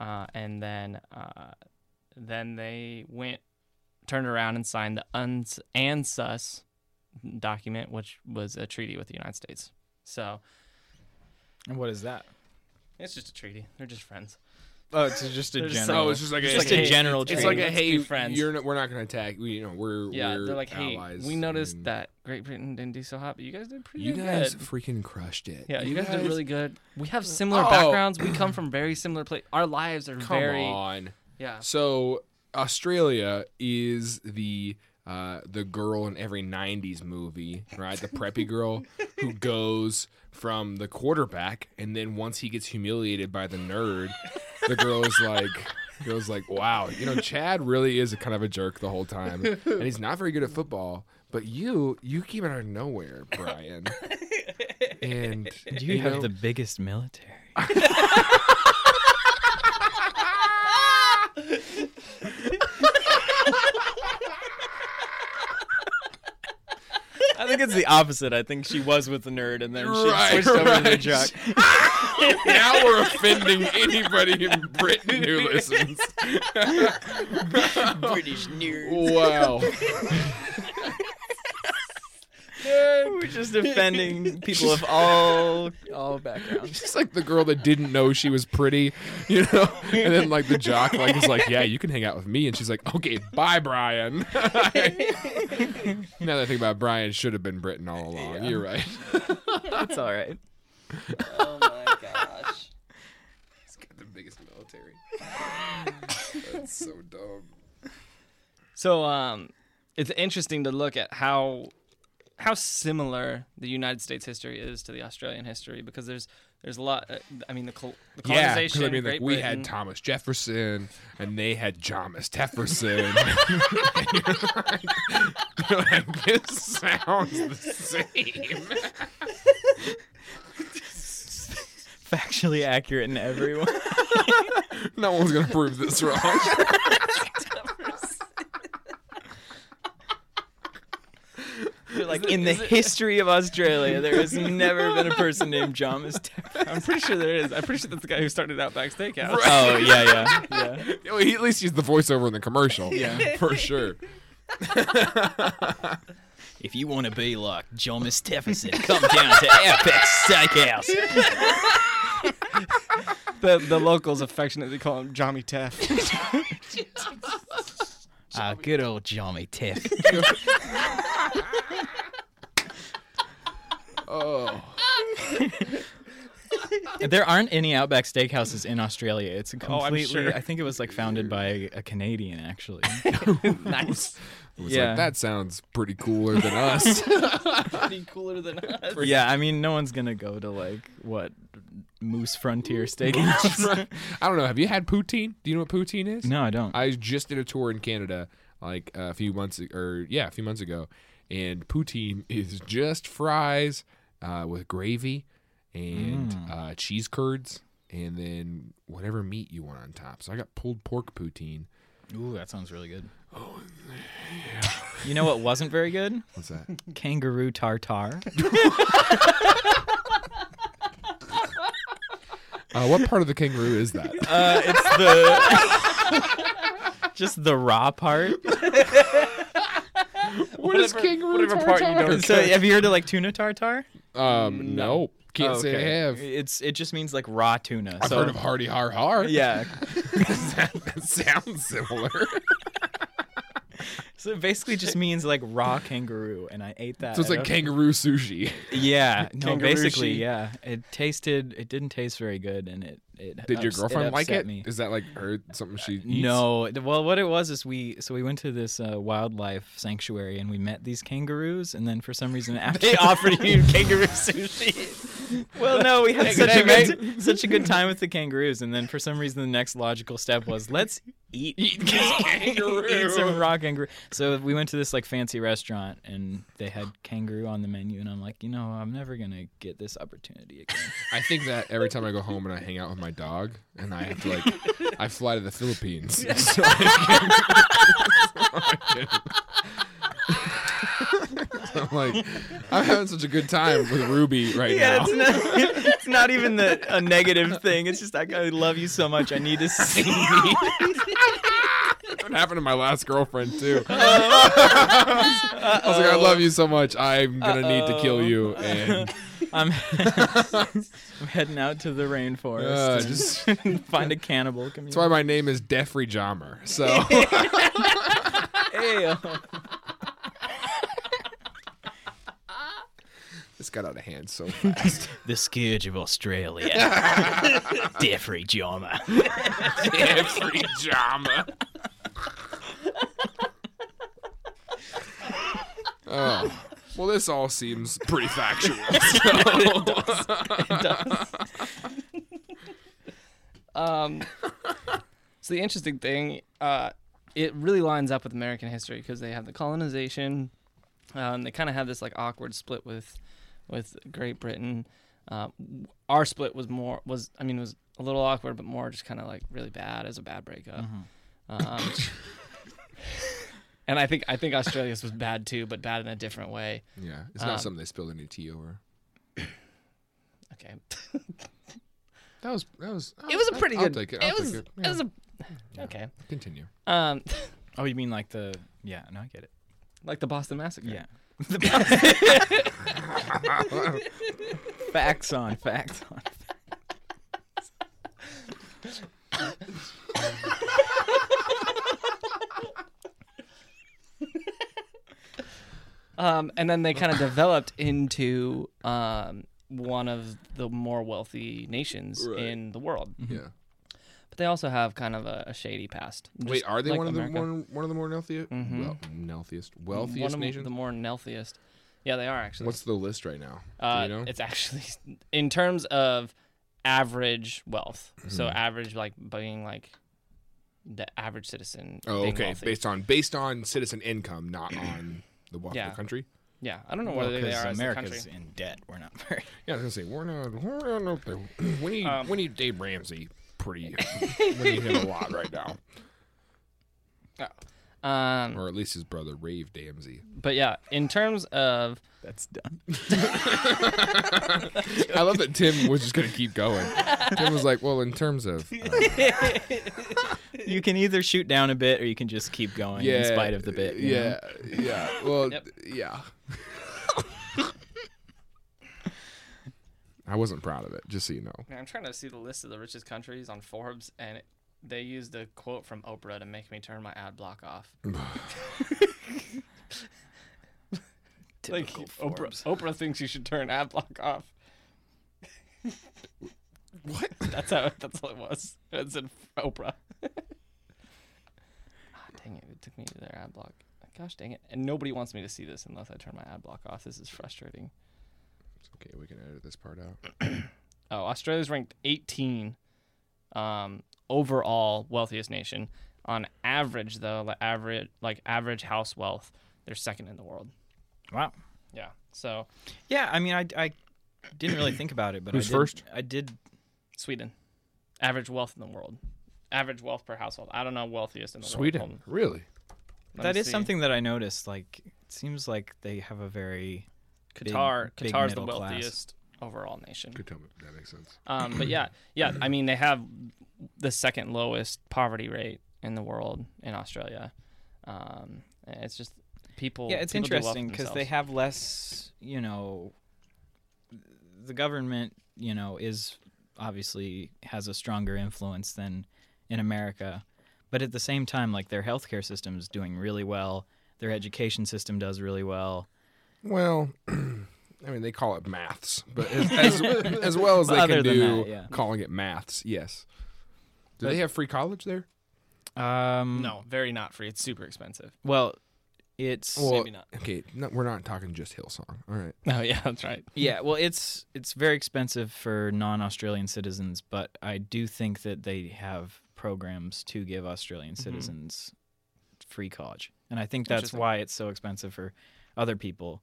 uh, and then uh, then they went turned around and signed the UNS- ANSUS document, which was a treaty with the United States. So oh. And what is that? it's just a treaty; they're just friends. Oh, it's just a They're just general. so- just like It's just like, a hey, general. it's It's treaty. like a Let's be hey, friends. you're not, we're not gonna attack. We, you know, we're Yeah, we're they're like, hey, allies, we noticed and that Great Britain didn't do so hot, but you guys did pretty You good. guys freaking crushed it. Yeah, you, guys, Mm. did really good. We have similar Oh. backgrounds. We come from very similar places. Our lives are Come very on. yeah. So Australia is the uh, the girl in every '90s movie, right? The preppy girl who goes from the quarterback, and then once he gets humiliated by the nerd, the girl is like. Goes like, wow, you know, Chad really is a kind of a jerk the whole time, and he's not very good at football. But you, you came out of nowhere, Brian. And You have know- the biggest military. I think it's the opposite. I think she was with the nerd and then she Right, switched over to the right. jock. now we're offending anybody in Britain who listens. British nerd. Wow. We're just offending people of all all backgrounds. She's like the girl that didn't know she was pretty, you know? And then like the jock like is like, Yeah, you can hang out with me and she's like, Okay, bye Brian. now that I think about it, Brian should have been Britain all along. You're right. It's all right. Oh my gosh. He's got the biggest military. That's so dumb. So um, it's interesting to look at how how similar the United States history is to the Australian history because there's there's a lot. Uh, I mean, the, col- the Yeah, colonization. because I mean, like Great we Britain, had Thomas Jefferson, and they had Thomas Jefferson. You're like, this sounds the same. Factually accurate in everyone. No one's gonna prove this wrong. They're like in the history of Australia, there has never been a person named Jamis. I'm pretty sure there is. I'm pretty sure that's the guy who started Outback Steakhouse. Oh yeah, yeah, yeah. Well, he at least used the voiceover in the commercial, yeah, for sure. If you want to be like Jomis Stephenson, come down to Apex Steakhouse. The the locals affectionately call him Johnny Teff. Ah, good old Jommy Tiff. Oh, there aren't any Outback Steakhouses in Australia. It's a Oh, I'm completely. sure. I think it was like founded by a Canadian, actually. nice. It was Yeah. like, that sounds pretty cooler than us. Pretty cooler than us. yeah, I mean, no one's gonna go to like what Moose Frontier Steakhouse. I don't know. Have you had poutine? Do you know what poutine is? no, I don't. I just did a tour in Canada like a few months or yeah, a few months ago, and poutine is just fries uh, with gravy and uh, cheese curds and then whatever meat you want on top. So I got pulled pork poutine. Ooh, that sounds really good. Oh, You know what wasn't very good? What's that? Kangaroo tartar. uh, what part of the kangaroo is that? Uh, it's the just the raw part. what is kangaroo whatever part you tartare? don't- So have you heard of like tuna tartar? Um, no, can't Oh, say Mm, okay. I have. It's it just means like raw tuna. I've so heard of Hardy Har Har. yeah. that sounds similar. So it basically just means like raw kangaroo, and I ate that. so it's I like don't- kangaroo sushi. Yeah, no, Kangaroo basically, shit. yeah. It tasted. It didn't taste very good, and it. it Did your ups- girlfriend like upset it? Is Me. that like her something she eats? No. it- Well, what it was is we. So we went to this uh, wildlife sanctuary, and we met these kangaroos, and then for some reason after They offered you kangaroo sushi. Well, no, we had such a day, good such a good time with the kangaroos, and then for some reason the next logical step was let's eat eat, kangaroo. some raw kangaroo. So we went to this like fancy restaurant, and they had kangaroo on the menu, and I'm like, you know, I'm never gonna get this opportunity again. I think that every time I go home and I hang out with my dog, and I have to like, I fly to the Philippines. So I can- so I can- I'm like, I'm having such a good time with Ruby right now. not, it's not even the, a negative thing. It's just like I love you so much. I need to see. What happened to my last girlfriend too? I was like, I love you so much. I'm gonna need to kill you, and I'm, I'm heading out to the rainforest. uh, and just find a cannibal that's community. why my name is Jeffrey Jommer. So Ew. this got out of hand so fast. The Scourge of Australia, Jeffrey Jarmer. Jeffrey Jama. oh. Well, this all seems pretty factual. Um, so the interesting thing, uh, it really lines up with American history because they have the colonization. Um, they kind of have this like awkward split with, with Great Britain. Uh, w- our split was more was I mean was a little awkward, but more just kind of like really bad as a bad breakup. Mm-hmm. Um, and I think I think Australia's was bad too, but bad in a different way. yeah, it's not Um, something they spilled any tea over. Okay, That was that was. it was a I'll- pretty I'll good. take it. I'll was take it. it was a Yeah. okay. Continue. Um, Oh, you mean like the? Yeah, no, I get it. like the Boston Massacre. Yeah. facts on facts on. Um, and then they kind of developed into um, one of the more wealthy nations Right. in the world. Yeah. But they also have kind of a, a shady past. Wait, Just are they like one of America. the more, one of the more wealthy, Mhm. well, wealthiest, one wealthiest of nations? the more wealthiest? Yeah, they are actually. What's the list right now? uh, Do you know? It's actually in terms of average wealth. So Mm-hmm. average, like being like the average citizen. Oh, being okay. wealthy. Based on based on citizen income, not on the wealth of Yeah. the country. yeah, I don't know whether they are as a country. America's in debt. We're not very. Yeah, I was gonna say we're not we're not up there. We need Um, we need Dave Ramsey pretty. we need him a lot right now, Um, or at least his brother Rave Damsey. but yeah, in terms of That's done. I love that Tim was just gonna keep going. Tim was like, well, in terms of uh, You can either shoot down a bit, or you can just keep going yeah, in spite of the bit. you know? yeah, yeah. Well, Yep. yeah. I wasn't proud of it, just so you know. Man, I'm trying to see the list of the richest countries on Forbes, and it, they used a quote from Oprah to make me turn my ad block off. Like Typical Oprah, Forbes. Oprah thinks you should turn ad block off. What? That's how. That's all it was. It said Oprah. ah, dang it! It took me to their ad block. Gosh dang it! And nobody wants me to see this unless I turn my ad block off. This is frustrating. Okay, we can edit this part out. Oh, Australia's ranked 18 um, overall wealthiest nation. On average, though, like average like average house wealth, they're second in the world. Wow. Yeah. So Yeah, I mean, I, I didn't really think about it, but Who's I did, first? I did. Sweden. average wealth in the world, average wealth per household. I don't know wealthiest in the world. Sweden, Hold on. really? Let that me is see. something that I noticed. Like, it seems like they have a very big- Qatar. big Qatar is the middle class. wealthiest overall nation. Could tell me that makes sense. Um, but yeah, yeah. I mean, they have the second lowest poverty rate in the world in Australia. Um, it's just people. Yeah, it's people do well for interesting because they themselves. have less, you know, the government, you know, is obviously has a stronger influence than in America. But at the same time, like their healthcare system is doing really well, their education system does really well. Well, I mean, they call it maths, but as, as, as well as But they other can than do that, yeah. calling it maths, yes. Do they have free college there? Um, no, very not free. It's super expensive. Well, it's Maybe not. Okay, no, we're not talking just Hillsong. All right. Oh yeah, that's right. yeah. Well, it's it's very expensive for non-Australian citizens, but I do think that they have programs to give Australian citizens free college, and I think that's Interesting. why it's so expensive for other people,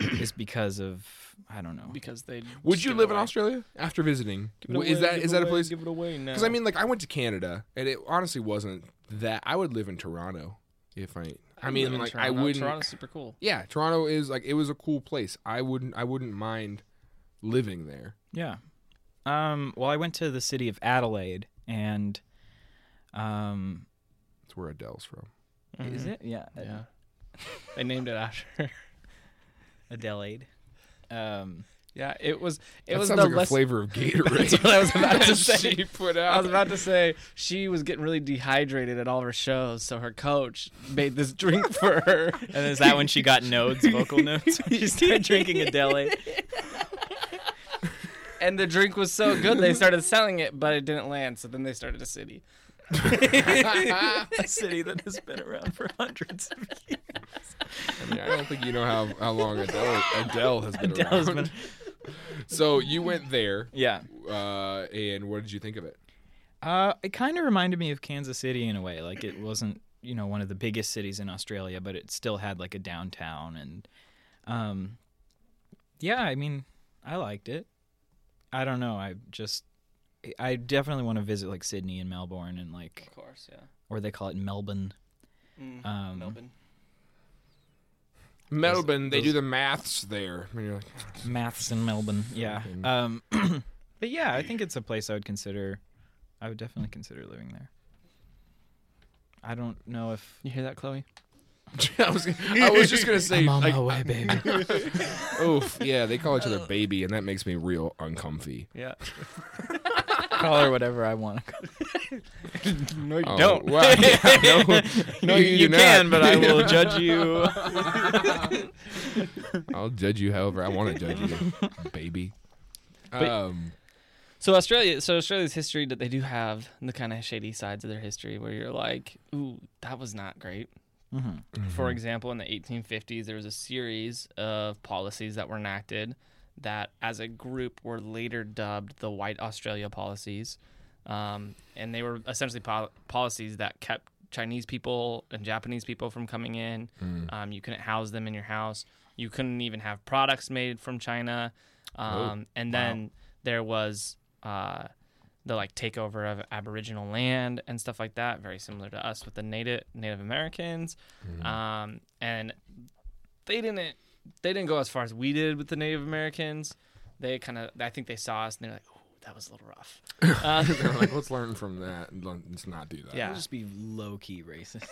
is because of I don't know. Because they Would just you give it live in away. Australia after visiting? Give it is away, that give is it that a away, place? Give it away now. Because I mean, like I went to Canada, and it honestly wasn't that. I would live in Toronto if I. I live mean, in like I Toronto. wouldn't. Toronto's super cool. Yeah, Toronto is like it was a cool place. I wouldn't. I wouldn't mind living there. Yeah. Um, well, I went to the city of Adelaide, and um, That's where Adele's from. is it? Mm-hmm. Yeah. Yeah. they named it after. Adelaide. Um, yeah, it was. It that was sounds the like less. a flavor of Gatorade. That's what I was about to say. she put I was out. about to say she was getting really dehydrated at all of her shows, so her coach made this drink for her. And is that when she got nodes, vocal nodes? she started drinking Adele. and the drink was so good they started selling it, but it didn't land. So then they started a city. a city that has been around for hundreds of years. I, mean, I don't think you know how, how long Adele Adele has been Adele's around. been- So you went there, Yeah. uh, and what did you think of it? Uh, it kind of reminded me of Kansas City in a way. Like it wasn't, you know, one of the biggest cities in Australia, but it still had like a downtown and, um, yeah. I mean, I liked it. I don't know. I just, I definitely want to visit like Sydney and Melbourne and like, Of course, yeah. or they call it Melbourne. Mm, Um, Melbourne. Melbourne, they those- do the maths there. And you're like, Maths in Melbourne. Yeah. Fucking- Um, but yeah, I think it's a place I would consider. I would definitely consider living there. I don't know if You hear that, Chloe? I was, I was just gonna say, like, way, baby. oof, yeah, they call each other baby, and that makes me real uncomfy. Yeah. Call her whatever I want. No, you Oh, don't. Wow. Yeah, no, no, you, do not. can, but I will judge you. I'll judge you however I want to judge you, baby. Um, So Australia, so Australia's history that they do have the kind of shady sides of their history where you're like, ooh, that was not great. Mhm. For example, in the 1850s, there was a series of policies that were enacted that, as a group, were later dubbed the White Australia policies. Um, and they were essentially pol- policies that kept Chinese people and Japanese people from coming in. Um, you couldn't house them in your house. You couldn't even have products made from China. Um, and then there was uh, the like takeover of Aboriginal land and stuff like that, very similar to us with the Native Native Americans. Um, and they didn't they didn't go as far as we did with the Native Americans. They kind of I think they saw us and they're like, "Ooh, that was a little rough." Uh, they're like, let's learn from that. and learn- Let's not do that. yeah, just be low key racist.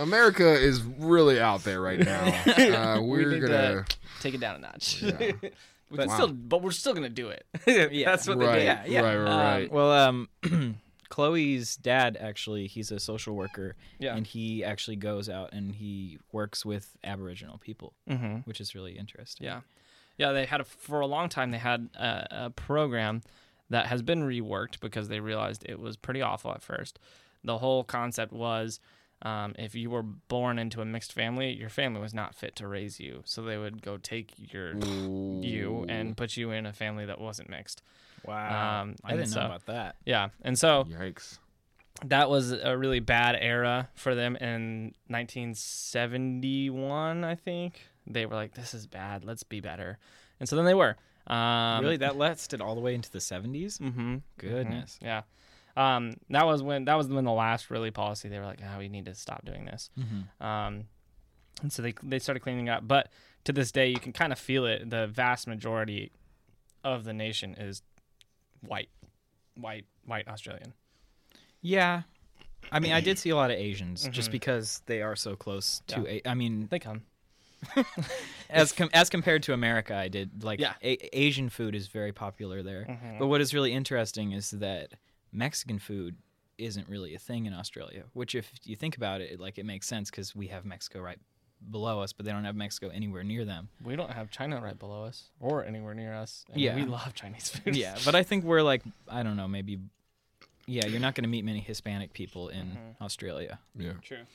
America is really out there right now. Uh, we're need gonna. take it down a notch. Yeah. we can Wow. still, but we're still gonna do it. That's what right, they did. Yeah, yeah. right, right, right. Well, um, Chloe's dad actually, he's a social worker, Yeah. and he actually goes out and he works with Aboriginal people, Mm-hmm. which is really interesting. Yeah, yeah. They had a, for a long time. They had a, a program that has been reworked because they realized it was pretty awful at first. The whole concept was, um, if you were born into a mixed family, your family was not fit to raise you, so they would go take your Um, you and put you in a family that wasn't mixed. Wow, Um, I and didn't so- know about that. Yeah, and so Yikes. that was a really bad era for them in 1971 i think they were like this is bad let's be better and so then they were Um, really, that lasted all the way into the 70s. Mm-hmm. Goodness. Yeah. Um, that was when that was when the last really policy they were like, ah, we need to stop doing this. Um, and so they they started cleaning up, but to this day you can kind of feel it. The vast majority of the nation is white, white, white Australian. Yeah. I mean, I did see a lot of Asians just Mhm. because they are so close to. A- I mean, They come. as com- as compared to America, I did like Yeah. a- Asian food is very popular there. But what is really interesting is that Mexican food isn't really a thing in Australia. Which, if you think about it, like it makes sense because we have Mexico right below us, but they don't have Mexico anywhere near them. We don't have China right below us or anywhere near us. and Yeah. we love Chinese food. yeah, but I think we're like I don't know, maybe. Yeah, you're not going to meet many Hispanic people in Australia. Yeah. true.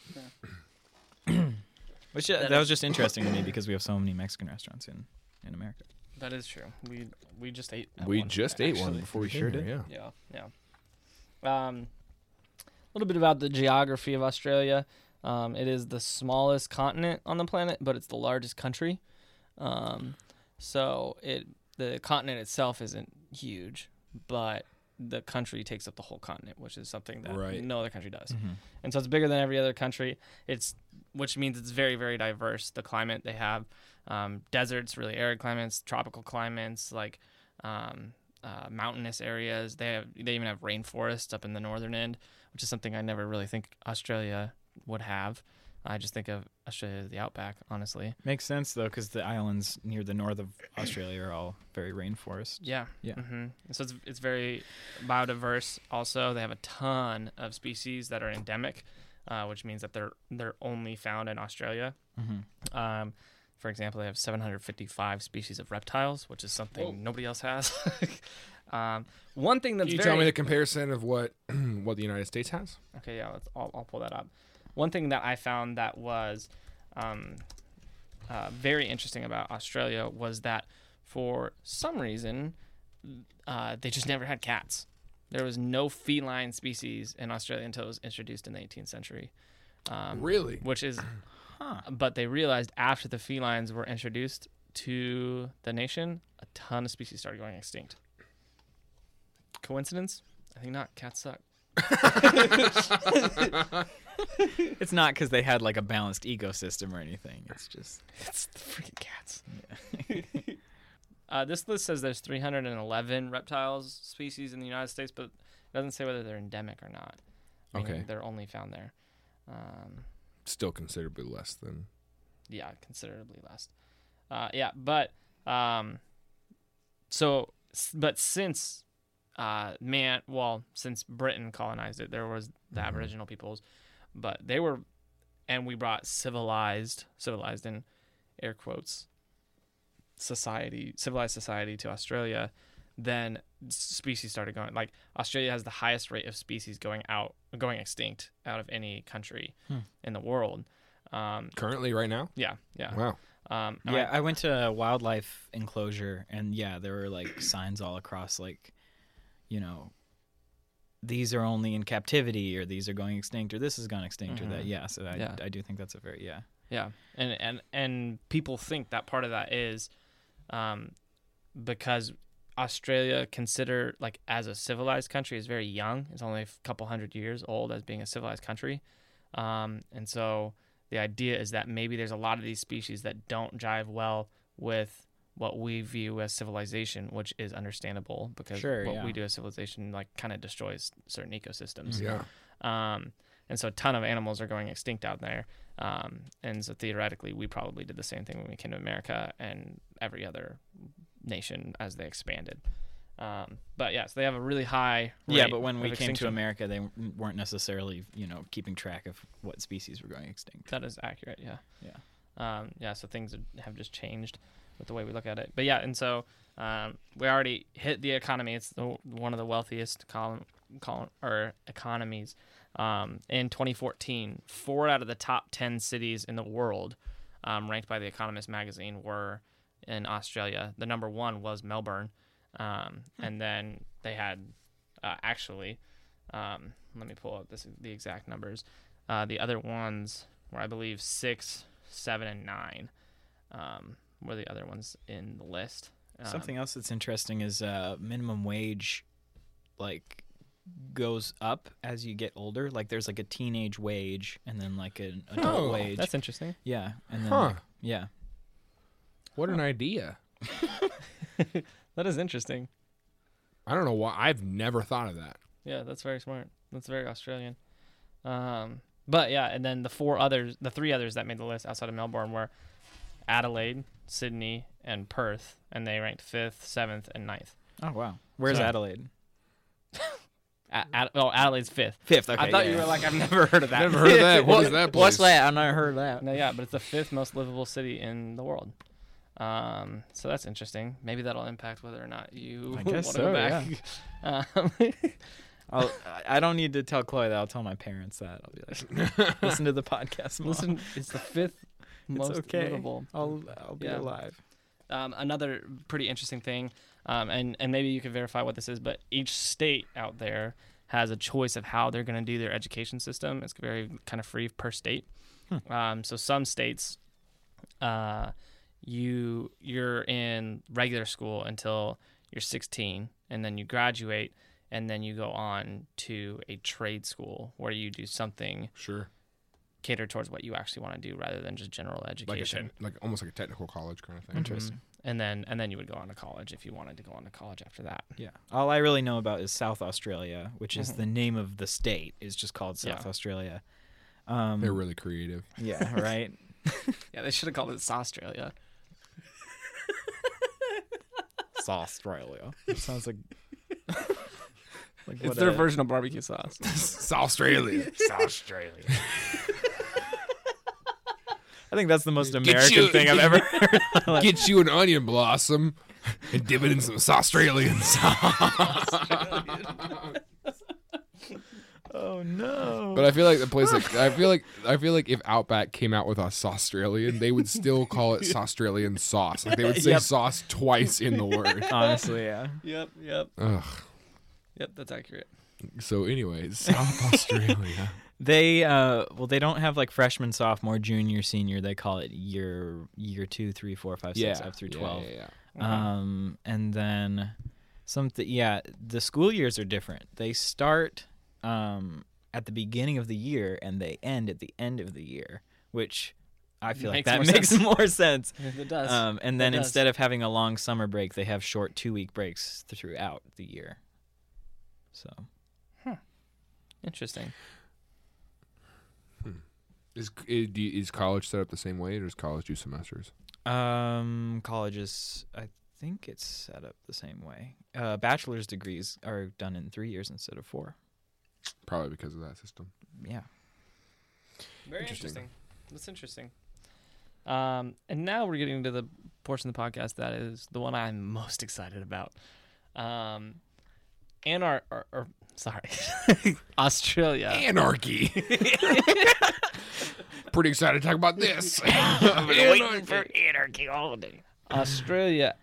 Which uh, That that, was just interesting to me because we have so many Mexican restaurants in in America. That is true. We we just ate. at We one, just ate one actually. before we Sure came here, Yeah. Yeah. Um, a little bit about the geography of Australia. Um, it is the smallest continent on the planet, but it's the largest country. Um, so it the continent itself isn't huge, but the country takes up the whole continent, which is something that Right. no other country Mm-hmm. does. And so it's bigger than every other country. It's which means it's very very diverse. The climate they have, um, deserts, really arid climates, tropical climates, like um, uh, mountainous areas. They have they even have rainforests up in the northern end, which is something I never really think Australia would have. I just think of Australia as the outback, honestly. Makes sense though, because the islands near the north of Australia are all very rainforest. Yeah. Yeah. hmm So it's it's very biodiverse. Also, they have a ton of species that are endemic, uh, which means that they're they're only found in Australia. Mm-hmm. Um, for example, they have 755 species of reptiles, which is something nobody else has. um, one thing that's Can you very tell me the comparison of what what the United States has? Okay, yeah, let's, I'll, I'll pull that up. One thing that I found that was um, uh, very interesting about Australia was that for some reason, uh, they just never had cats. There was no feline species in Australia until it was introduced in the 18th century. Um, Really? Which is, but they realized after the felines were introduced to the nation, a ton of species started going extinct. Coincidence? I think not. Cats suck. It's not because they had like a balanced ecosystem or anything. It's just It's the freaking cats. uh, this list says there's 311 reptiles species in the United States, but it doesn't say whether they're endemic or not. meaning Okay. They're only found there. Um, Still considerably less than. yeah, considerably less. Uh, yeah, but um, so s- but since uh, man, well, since Britain colonized it, there was the Aboriginal peoples, but they were, and we brought civilized, civilized in air quotes, society, civilized society to Australia. Then species started going like Australia has the highest rate of species going out, going extinct out of any country in the world. Um, Currently, right now? yeah, yeah. Wow. Um, and yeah. I went to a wildlife enclosure, and yeah, there were like signs all across, like you know, these are only in captivity, or these are going extinct, or this has gone extinct, or that. Yeah, so I, Yeah. I do think that's a very yeah. I- yeah, and and and people think that part of that is, um, because Australia consider like as a civilized country is very young. It's only a couple hundred years old as being a civilized country, um, and so the idea is that maybe there's a lot of these species that don't jive well with what we view as civilization, which is understandable because Sure, what yeah. we do as civilization like kind of destroys certain ecosystems. Yeah. Um, and so a ton of animals are going extinct out there. Um, and so theoretically, we probably did the same thing when we came to America and every other nation as they expanded. Um, but yeah, so they have a really high. yeah, rate but when of we came to extinction. America, they w- weren't necessarily you know keeping track of what species were going extinct. that is accurate. Yeah. Yeah. Um, yeah. So things have just changed with the way we look at it. But yeah, and so um, we already hit the economy. It's the, one of the wealthiest column, column or economies. Um, in 2014, four out of the top 10 cities in the world, um, ranked by the Economist magazine, were in Australia. The number one was Melbourne, um, and then they had uh, actually. Um, let me pull up this, the exact numbers. Uh, the other ones were, I believe, six, seven, and nine um, were the other ones in the list. Something else that's interesting is uh, minimum wage, like, goes up as you get older. Like, there's like a teenage wage and then like an adult Oh, wage. That's interesting. yeah, and then Huh. like- yeah, What an idea. That is interesting. I don't know why. I've never thought of that. Yeah, that's very smart. That's very Australian. Um, but yeah, and then the four others, the three others that made the list outside of Melbourne were Adelaide, Sydney, and Perth, and they ranked fifth, seventh, and ninth. Oh wow. Where's So- Adelaide? A- Ad- oh, Adelaide's fifth. Fifth. Okay. I thought you were like, I've never heard of that. Never heard that. What is that place? What's that? I never heard that. No, yeah, but it's the fifth most livable city in the world. Um, so that's interesting. Maybe that'll impact whether or not you I want to guess go so, back. Um, I'll, I don't need to tell Chloe that. I'll tell my parents that. I'll be like, listen to the podcast. Mom. listen, it's the fifth most okay. livable. I'll I'll be Yeah. alive. Um, another pretty interesting thing, um, and and maybe you can verify what this is, but each state out there has a choice of how they're going to do their education system. It's very kind of free per state. Hmm. Um, so some states, uh, you you're in regular school until you're 16, and then you graduate, and then you go on to a trade school where you do something Sure. catered towards what you actually want to do, rather than just general Like a education te- like almost like a technical college kind of thing. Interesting. and then and then you would go on to college if you wanted to go on to college after that. Yeah. All I really know about is South Australia, which is the name of the state. is just called South Yeah. Australia. Um, They're really creative. yeah. Right. Yeah, they should have called it Australia. South Australia. sounds like. like It's their version of barbecue sauce. It's Australia. Australia. I think that's the most you- American thing I've ever heard. Get you an onion blossom and dip it in some Australian sauce. oh no. But I feel like the place like I feel like I feel like if Outback came out with a Australian, they would still call it Australian sauce. Like they would say Yep. sauce twice in the word. Honestly, yeah. yep, yep, Ugh. yep. That's accurate. So, anyways, South Australia. They uh well they don't have like freshman, sophomore, junior, senior. They call it year year two, three, four, five, six, up through Yeah, twelve. yeah, yeah. Mm-hmm. Um, and then something, yeah, the school years are different. They start um, at the beginning of the year and they end at the end of the year, which I feel Makes like that more makes sense. more sense. It does. Um, and then It does. instead of having a long summer break, they have short two week breaks throughout the year. So Interesting. Is eh, do you- is college set up the same way, or does college do semesters? um, colleges, I think it's set up the same way. Uh, bachelor's degrees are done in three years instead of four. Probably because of that system. Yeah. Very Interesting. interesting. That's interesting. Um, and now we're getting to the portion of the podcast that is the one I'm most excited about. Um, and our, our, our sorry, Australia. Anarchy. Pretty excited to talk about this. anarchy all day. Australia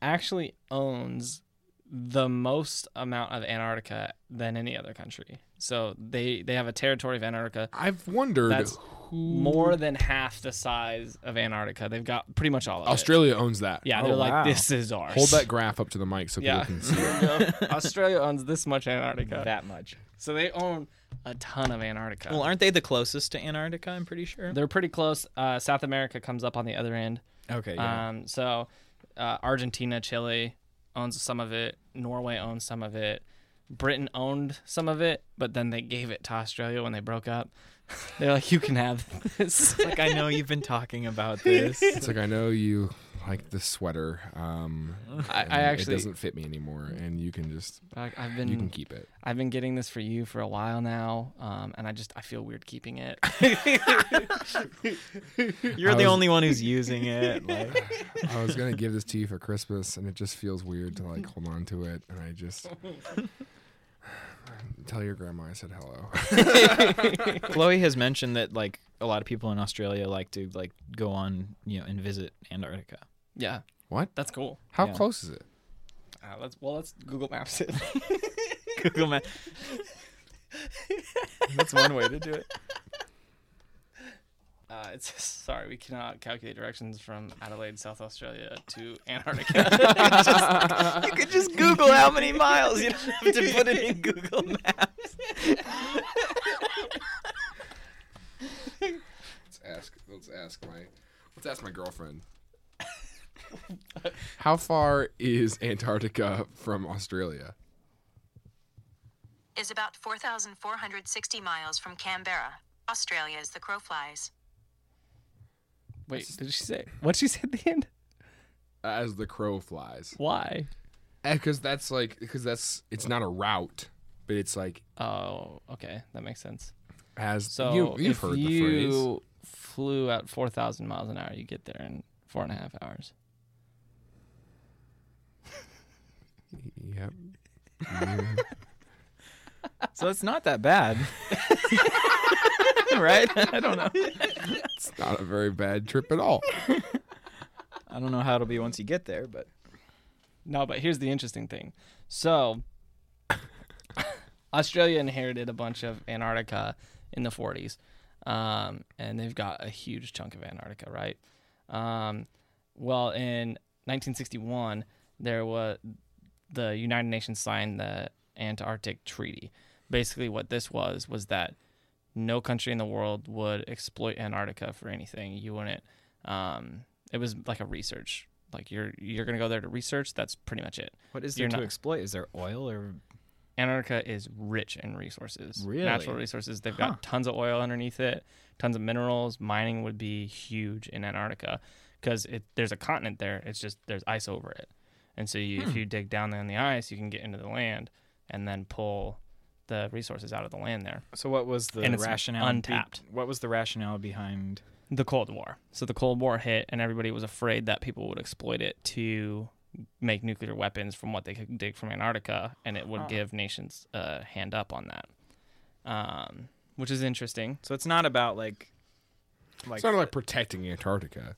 actually owns the most amount of Antarctica than any other country. So they they have a territory of Antarctica I've wondered. That's who... more than half the size of Antarctica. They've got pretty much all of it. Australia owns that. Yeah, they're Oh, like wow. this is ours. Hold that graph up to the mic so Yeah. people can see. it. Australia owns this much Antarctica. That much. So they own a ton of Antarctica. Well, aren't they the closest to Antarctica? I'm pretty sure. they're pretty close. Uh, South America comes up on the other end. Okay. Um, so uh, Argentina, Chile owns some of it. Norway owns some of it. Britain owned some of it, but then they gave it to Australia when they broke up. They're like, you can have this. like I know you've been talking about this. It's like I know you like the sweater. Um, I, and I it actually, doesn't fit me anymore, and you can just I, I've you can been, keep it. I've been getting this for you for a while now, um, and I just, I feel weird keeping it. You're I the was- only one who's using it. Like, I was gonna give this to you for Christmas, and it just feels weird to like hold on to it, and I just tell your grandma I said hello. Chloe has mentioned that like a lot of people in Australia like to like go on you know and visit Antarctica. yeah. What? That's cool. How Yeah. close is it? Uh, let's, well, let's Google Maps it. Google Maps. That's one way to do it. Uh, Uh, it's sorry, we cannot calculate directions from Adelaide, South Australia to Antarctica. You could just Google how many miles. You don't have to put it in Google Maps. Let's ask. Let's ask my. Let's ask my girlfriend. How far is Antarctica from Australia? is about 4,460 miles from Canberra. Australia as the crow flies. Wait, did she say what she say at the end? As the crow flies, Why? because that's like because that's it's not a route, but it's like Oh, okay, that makes sense. as So you, you've if heard the phrase. you flew at four thousand miles an hour, you get there in four and a half hours. Yep. So it's not that bad. right? I don't know. It's not a very bad trip at all. I don't know how it'll be once you get there, but No, but here's the interesting thing. So, Australia inherited a bunch of Antarctica in the 40s, um, and they've got a huge chunk of Antarctica, right? Um, well, in 1961, there was the United Nations signed the Antarctic Treaty. Basically, what this was was that no country in the world would exploit Antarctica for anything. You wouldn't. Um, it was like a research. Like you're you're gonna go there to research. That's pretty much it. what is there You're to not- exploit? Is there oil or Antarctica is rich in resources. Really? Natural resources. They've Huh. got tons of oil underneath it, tons of minerals. Mining would be huge in Antarctica because there's a continent there. It's just there's ice over it. And so you, if Hmm. you dig down there in the ice, you can get into the land and then pull the resources out of the land there. so what was the And it's rationale be- untapped. what was the rationale behind the Cold War. So the Cold War hit, and everybody was afraid that people would exploit it to make nuclear weapons from what they could dig from Antarctica, and it would give nations a hand up on that, um, which is interesting. So it's not about like like It's not like protecting Antarctica.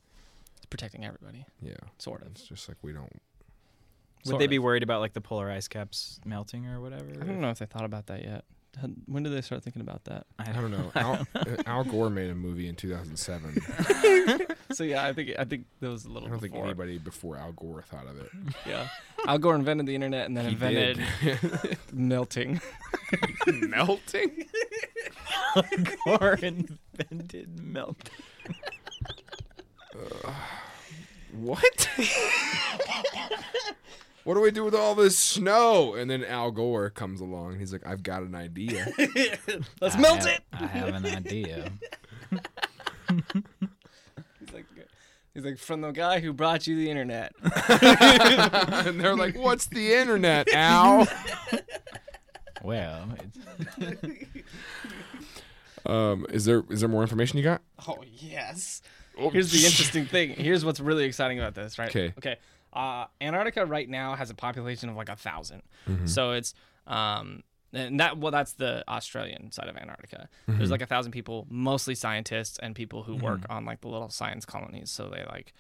It's protecting everybody, Yeah, sort of. it's just like we don't. would sort they be of. worried about like the polar ice caps melting or whatever? I don't know if they thought about that yet. Had- When did they start thinking about that? I don't know. Al, uh, Al Gore made a movie in 2007. So yeah, I think I think that was a I little. don't think before. anybody before Al Gore thought of it. Yeah, Al Gore invented the internet and then He invented melting. melting. Or invented melt. What? what do we do with all this snow? And then Al Gore comes along and he's like, I've got an idea. Ah, Let's melt it. I have an idea. He's like, he's like from the guy who brought you the internet. and they're like, What's the internet, Al? Well, it's, Um, is there is there more information you got? Oh yes. Here's the interesting thing. Here's what's really exciting about this, right? 'Kay. Okay. Uh, Antarctica right now has a population of like a 1000 So it's um, and that well, that's the Australian side of Antarctica. There's like a thousand people, mostly scientists and people who work on like the little science colonies. So they like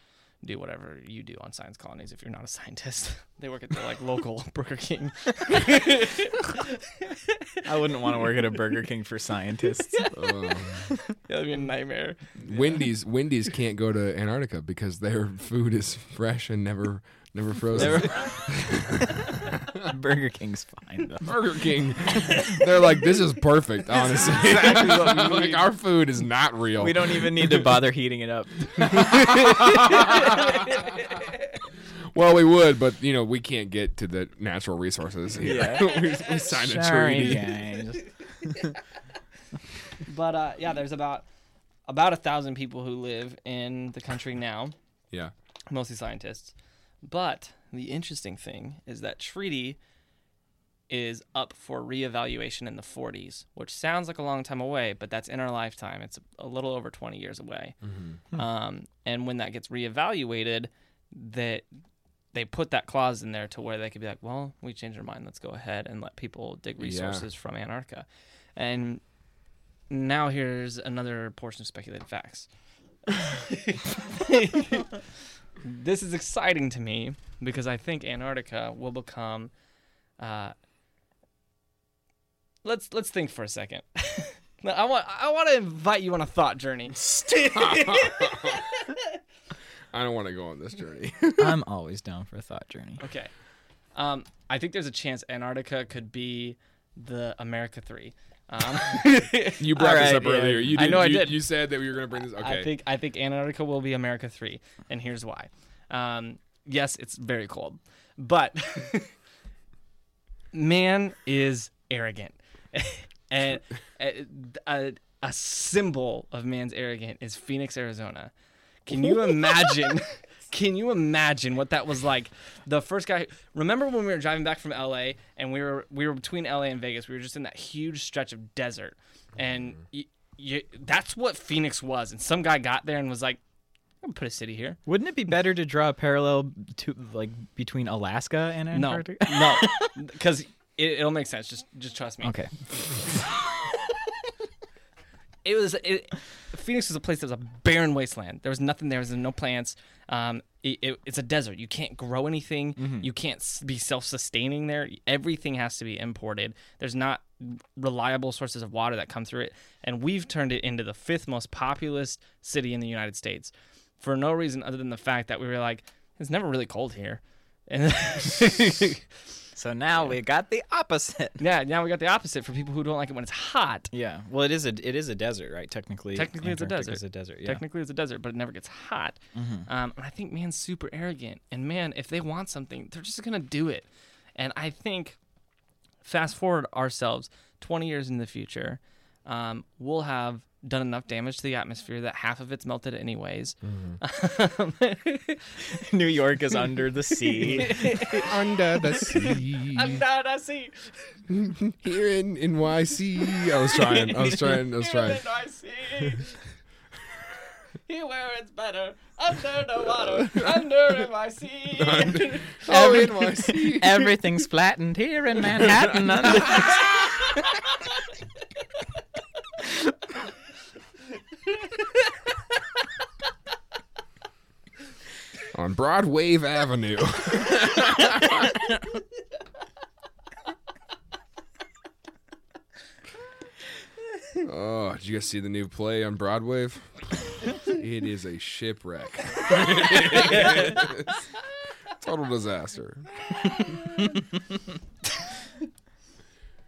do whatever you do on science colonies if you're not a scientist. they work at the like local Burger King. I wouldn't want to work at a Burger King for scientists. Um, That'd be a nightmare. Wendy's Wendy's can't go to Antarctica because their food is fresh and never never frozen. Burger King's fine though. Burger King. They're like, this is perfect, honestly. like our food is not real. We don't even need to bother heating it up. Well, we would, but you know, we can't get to the natural resources. Yeah. we, we signed a Sorry, treaty. guys. But uh, yeah, there's about about a thousand people who live in the country now. Yeah. mostly scientists. But the interesting thing is that treaty is up for reevaluation in the 40s, which sounds like a long time away, but that's in our lifetime. It's a little over 20 years away. Um, and when that gets reevaluated, that they put that clause in there to where they could be like, well, we changed our mind. Let's go ahead and let people dig Yeah. resources from Antarctica. And now here's another portion of speculated facts. this is exciting to me because I think Antarctica will become. Uh, let's let's think for a second. No, I want I want to invite you on a thought journey. I don't want to go on this journey. I'm always down for a thought journey. Okay. Um, I think there's a chance Antarctica could be the America Three. Um, you brought this right, up yeah. earlier. You I did, know I you, did. You said that we were going to bring this. Okay. I think I think Antarctica will be America Three, and here's why. Um, yes, it's very cold, but man is arrogant, and uh, a, a symbol of man's arrogant is Phoenix, Arizona. Can you imagine? Can you imagine what that was like? The first guy. Remember when we were driving back from LA and we were we were between LA and Vegas. We were just in that huge stretch of desert, and y you, that's what Phoenix was. And some guy got there and was like, "I'm gonna put a city here." Wouldn't it be better to draw a parallel to like between Alaska and No, Antarctica? no, because it, it'll make sense. Just just trust me. Okay. it was it, Phoenix was a place that was a barren wasteland. There was nothing there. There was no plants. Um, it, it- it's a desert. You can't grow anything. You can't s- be self-sustaining there. Everything has to be imported. There's not reliable sources of water that come through it, and we've turned it into the fifth most populous city in the United States, for no reason other than the fact that we were like, it's never really cold here, and. So now we got the opposite. Yeah, now we got the opposite for people who don't like it when it's hot. Yeah. Well, it is a it is a desert, right? Technically. Technically, it's a Antarctica desert. Is a desert. Yeah. Technically, it's a desert, but it never gets hot. Um, and I think man's super arrogant. And man, if they want something, they're just gonna do it. And I think, fast forward ourselves 20 years in the future, um, we'll have done enough damage to the atmosphere that half of it's melted anyways. New York is under the sea. Under the sea. I'm not. I see. Here in NYC. I was trying. I was trying. I was trying. I see. Here where it's better, under the water, under my sea. Oh, NYC. Everything's flattened here in Manhattan. On Broadwave Avenue. oh, did you guys see the new play on Broadwave? it is a shipwreck. Total disaster.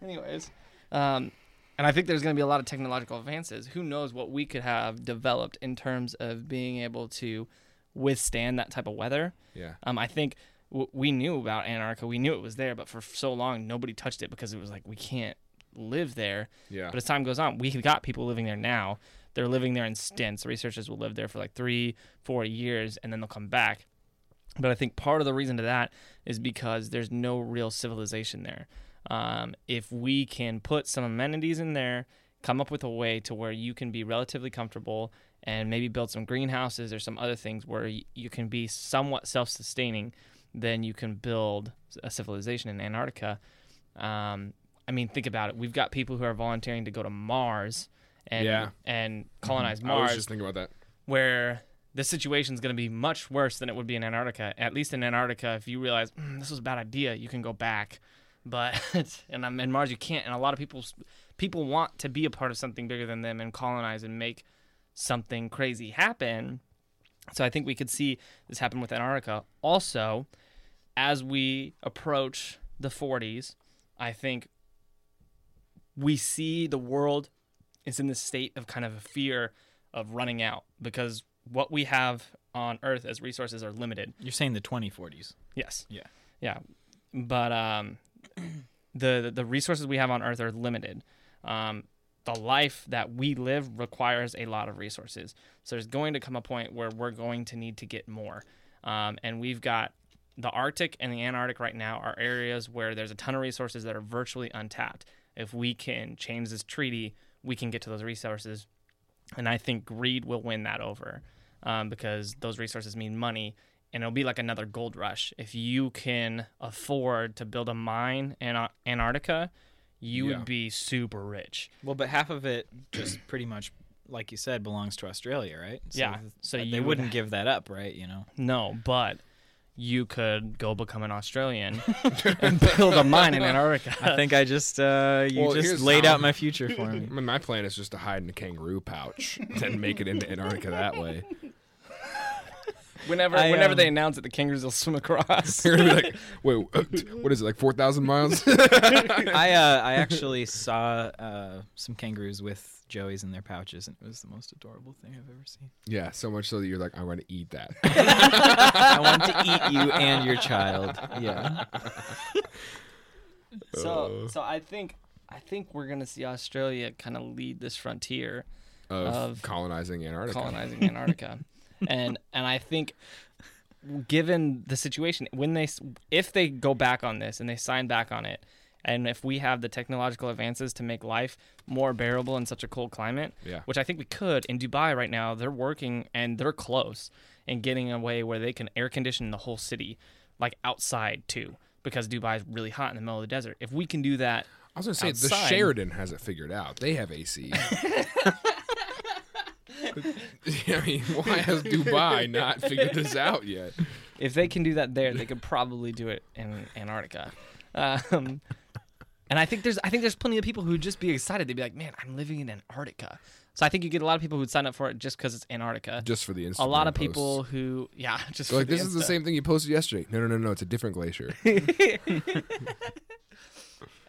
Anyways, um, and I think there's going to be a lot of technological advances. Who knows what we could have developed in terms of being able to withstand that type of weather? Yeah. Um, I think w- we knew about Antarctica. We knew it was there, but for so long nobody touched it because it was like we can't live there. Yeah. But as time goes on, we've got people living there now. They're living there in stints. Researchers will live there for like three, four years, and then they'll come back. But I think part of the reason to that is because there's no real civilization there. Um, if we can put some amenities in there, come up with a way to where you can be relatively comfortable and maybe build some greenhouses or some other things where y- you can be somewhat self sustaining, then you can build a civilization in Antarctica. Um, I mean, think about it. We've got people who are volunteering to go to Mars and, Yeah. Mm-hmm. and colonize I was Mars just thinking about that. where the situation's going to be much worse than it would be in Antarctica. At least in Antarctica, if you realize "Mm, this was a bad idea, you can go back. But and I'm in Mars, you can't. And a lot of people people want to be a part of something bigger than them and colonize and make something crazy happen. So I think we could see this happen with Antarctica. Also, as we approach the 40s, I think we see the world is in this state of kind of a fear of running out because what we have on Earth as resources are limited. You're saying the 2040s. Yes. Yeah. Yeah. But um, the the resources we have on Earth are limited. Um, the life that we live requires a lot of resources. So there's going to come a point where we're going to need to get more. Um, and we've got the Arctic and the Antarctic right now are areas where there's a ton of resources that are virtually untapped. If we can change this treaty, we can get to those resources and I think greed will win that over um, because those resources mean money, and it'll be like another gold rush. If you can afford to build a mine in Ar- Antarctica, you Yeah. would be super rich. Well, but half of it just pretty much, like you said, belongs to Australia, right? Yeah, so they you would- wouldn't give that up, right? You know. No, but you could go become an Australian and build a mine in Antarctica. I think I just uh, you Well, just here's laid how- out my future for I me. mean, my plan is just to hide in a kangaroo pouch and make it into Antarctica that way. whenever I, whenever um, they announce it, the kangaroos will swim across. They're gonna be like, wait, uh, t- what is it? Like four thousand miles? I uh, I actually saw uh, some kangaroos with joeys in their pouches, and it was the most adorable thing I've ever seen. yeah, so much so that you're like, I want to eat that. I want to eat you and your child. Yeah. so so I think I think we're gonna see Australia kind of lead this frontier Of, Of colonizing Antarctica. colonizing Antarctica, and and I think given the situation when they s- if they go back on this and they sign back on it and if we have the technological advances to make life more bearable in such a cold climate Yeah. which i think we could in dubai right now they're working and they're close and getting a way where they can air condition the whole city like outside too because dubai is really hot in the middle of the desert if we can do that I was gonna say the Outside. Sheridan has it figured out. They have AC. I mean, why has Dubai not figured this out yet? if they can do that there, they could probably do it in Antarctica. Um, and I think there's I think there's plenty of people who would just be excited. They'd be like, "Man, I'm living in Antarctica." So I think you get a lot of people who'd sign up for it just because it's Antarctica. Just for the Instagram. a lot of posts. people who, yeah, just for They're like this is the Insta. same thing you posted yesterday. No, no, no, no. It's a different glacier.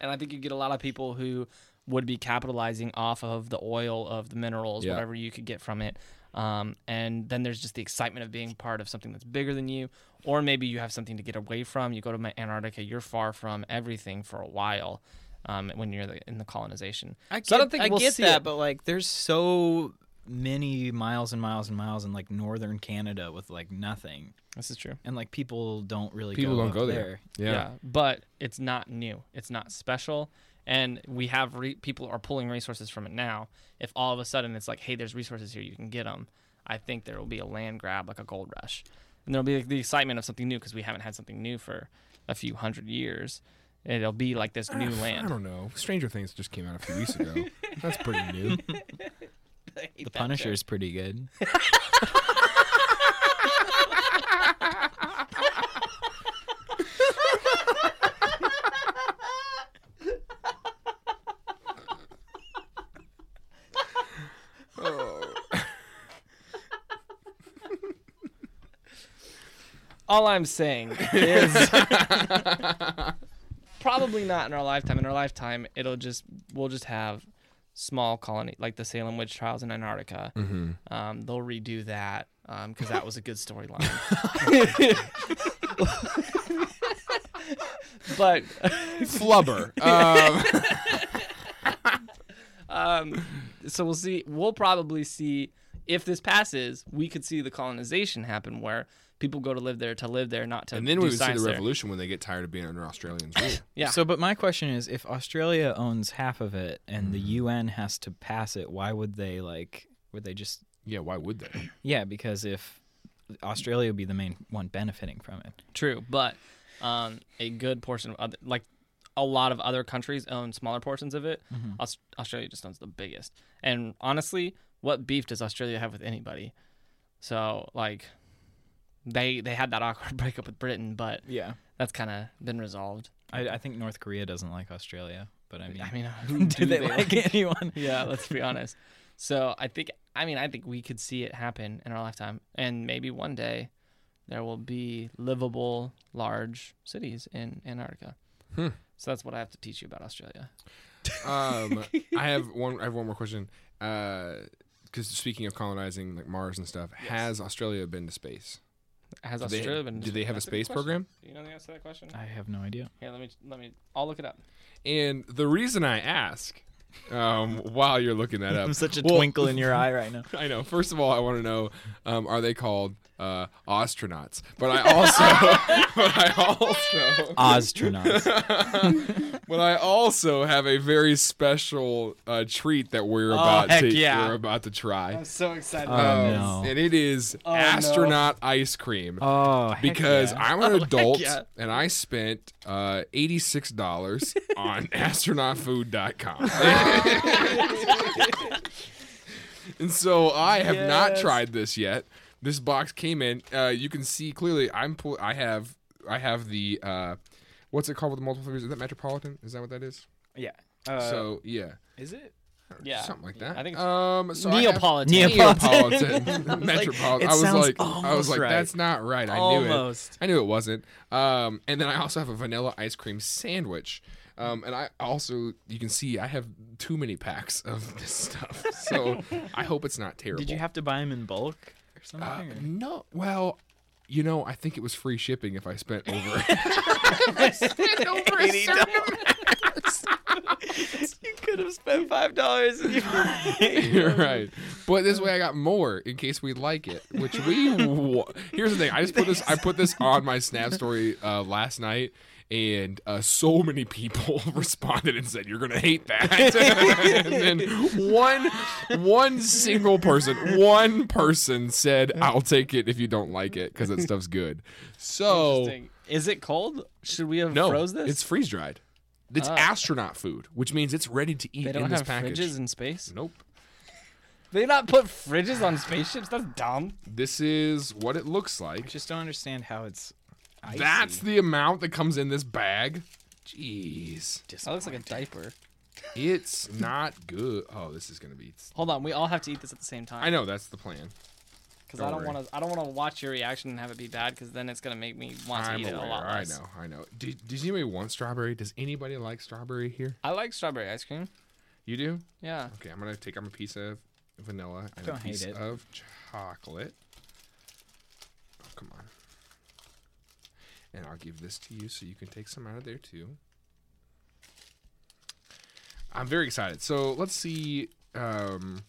And I think you get a lot of people who would be capitalizing off of the oil of the minerals, Yeah. whatever you could get from it. Um, and then there's just the excitement of being part of something that's bigger than you, or maybe you have something to get away from. You go to Ma- Antarctica, you're far from everything for a while um, when you're the, in the colonization. I So I don't think we'll get see that, it. but like, there's so many miles and miles and miles in like northern Canada with like nothing, This is true. and like people don't really People go don't up go there. there. Yeah. Yeah. but it's not new. It's not special, and we have re- people are pulling resources from it now. If all of a sudden it's like, hey, there's resources here, you can get them. I think there will be a land grab, like a gold rush, and there'll be like, the excitement of something new because we haven't had something new for a few hundred years. It'll be like this new I land. don't know. Stranger Things just came out a few weeks ago. That's pretty new. The Punisher is pretty good. All I'm saying is. Probably not in our lifetime. In our lifetime, it'll just we'll just have small colony like the Salem witch trials in Antarctica. Mm-hmm. Um, they'll redo that because that was a good storyline. but Flubber. Um, um, so we'll see. We'll probably see if this passes. We could see the colonization happen where people go to live there to live there, not to. and then do we would see science the there. revolution when they get tired of being under Australians rule. Yeah. So, but my question is, if Australia owns half of it and the UN has to pass it, why would they like? Would they just? yeah, why would they? Yeah, because if Australia would be the main one benefiting from it. True, but um, a good portion of other, like a lot of other countries own smaller portions of it. Mm-hmm. Aus- Australia just owns the biggest. And honestly, what beef does Australia have with anybody? So like, they they had that awkward breakup with Britain, but Yeah. that's kind of been resolved. I, I think North Korea doesn't like Australia, but I mean, I mean, who do, they, like, anyone? yeah, let's be honest. So I think I mean I think we could see it happen in our lifetime, and maybe one day there will be livable large cities in Antarctica. Hmm. So that's what I have to teach you about Australia. Um, I have one. I have one more question. Because speaking of colonizing like Mars and stuff, has Australia been to space? Has Do they- Australia been? do they have a That's good space question. program? Do you know the answer to that question? I have no idea. Here, let me let me. I'll look it up. And the reason I ask, um, while you're looking that up, I'm such a well, twinkle in your eye right now. I know. First of all, I want to know: um, Are they called uh, astronauts? But I also, but I also, Astronauts. but I also have a very special uh, treat that we're about Oh, heck to yeah. we're about to try. so excited. Oh, no. And it is Oh, no. astronaut ice cream. Oh, heck because yeah. I'm an adult Oh, yeah. and I spent uh, $86 on astronautfood.com. and so I have not tried this yet. this box came in. Uh, you can see clearly. I'm pull. I have. I have the. Uh, what's it called with the multiple flavors? Is that Metropolitan? Is that what that is? Yeah. Uh, so yeah, is it? Yeah. something like that. I think it's um, so I have- Neapolitan. Neapolitan. it Metropolitan. I was sounds like, I was almost like, right. that's not right. I Almost. knew it. I knew it wasn't. Um, and then I also have a vanilla ice cream sandwich. Um, and I also, you can see, I have too many packs of this stuff. So I hope it's not terrible. Did you have to buy them in bulk or something? Uh, or- no, well, you know, I think it was free shipping if I spent over. if I spent over a Eighty certain you could have spent five dollars. You're right. But this way, I got more in case we like it. Which we wa- here's the thing. I just put this. I put this on my Snap story uh, last night, and uh, so many people responded and said, "You're gonna hate that." and then one, one single person, one person said, "I'll take it if you don't like it because that stuff's good." So Is it cold? Should we have no, froze this? Ah. it's freeze dried. It's astronaut food, which means it's ready to eat they in don't this have package. fridges in space. Nope. They not put fridges on spaceships. That's dumb. This is what it looks I like. just don't understand how it's. Icy. That's the amount that comes in this bag. Jeez. That looks like a diaper. It's not good. Oh, this is gonna be Hold on, we all have to eat this at the same I time know that's the plan. because I don't don't worry. want to. I don't want to watch your reaction and have it be bad because then it's gonna make me want to I'm eat aware. it a lot I less. know, I know. Did, does anybody want strawberry? Does anybody like strawberry here? I like strawberry ice cream. You do? Yeah. Okay, I'm gonna take I'm a piece of vanilla and Don't a hate piece it. of chocolate. Oh come on. And I'll give this to you so you can take some out of there too. I'm very excited. So let's see. Um,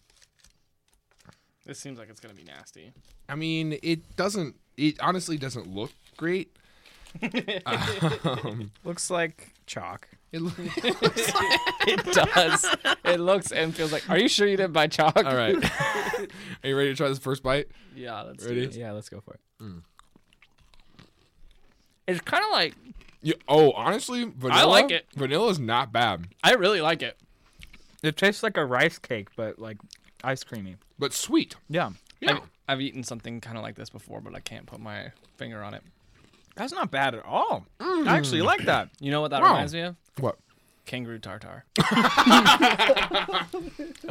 This seems like it's gonna be nasty. I mean, it doesn't. It honestly doesn't look great. um, Looks like chalk. it look, It does. it looks and feels like. Are you sure you didn't buy chalk? all right. Are you ready to try this first bite? Yeah. Let's do Ready? this. Yeah, let's go for it. It's kind of like Yeah, oh, honestly, vanilla. like it. Vanilla's not bad, I really like it. It tastes like a rice cake, but like ice creamy. but sweet. Yeah, Yeah. I've, I've eaten something kind of like this before, but I can't put my finger on it. that's not bad at all. Mm. I actually like that. You know what that Wow. reminds me of? What? Kangaroo tartar. A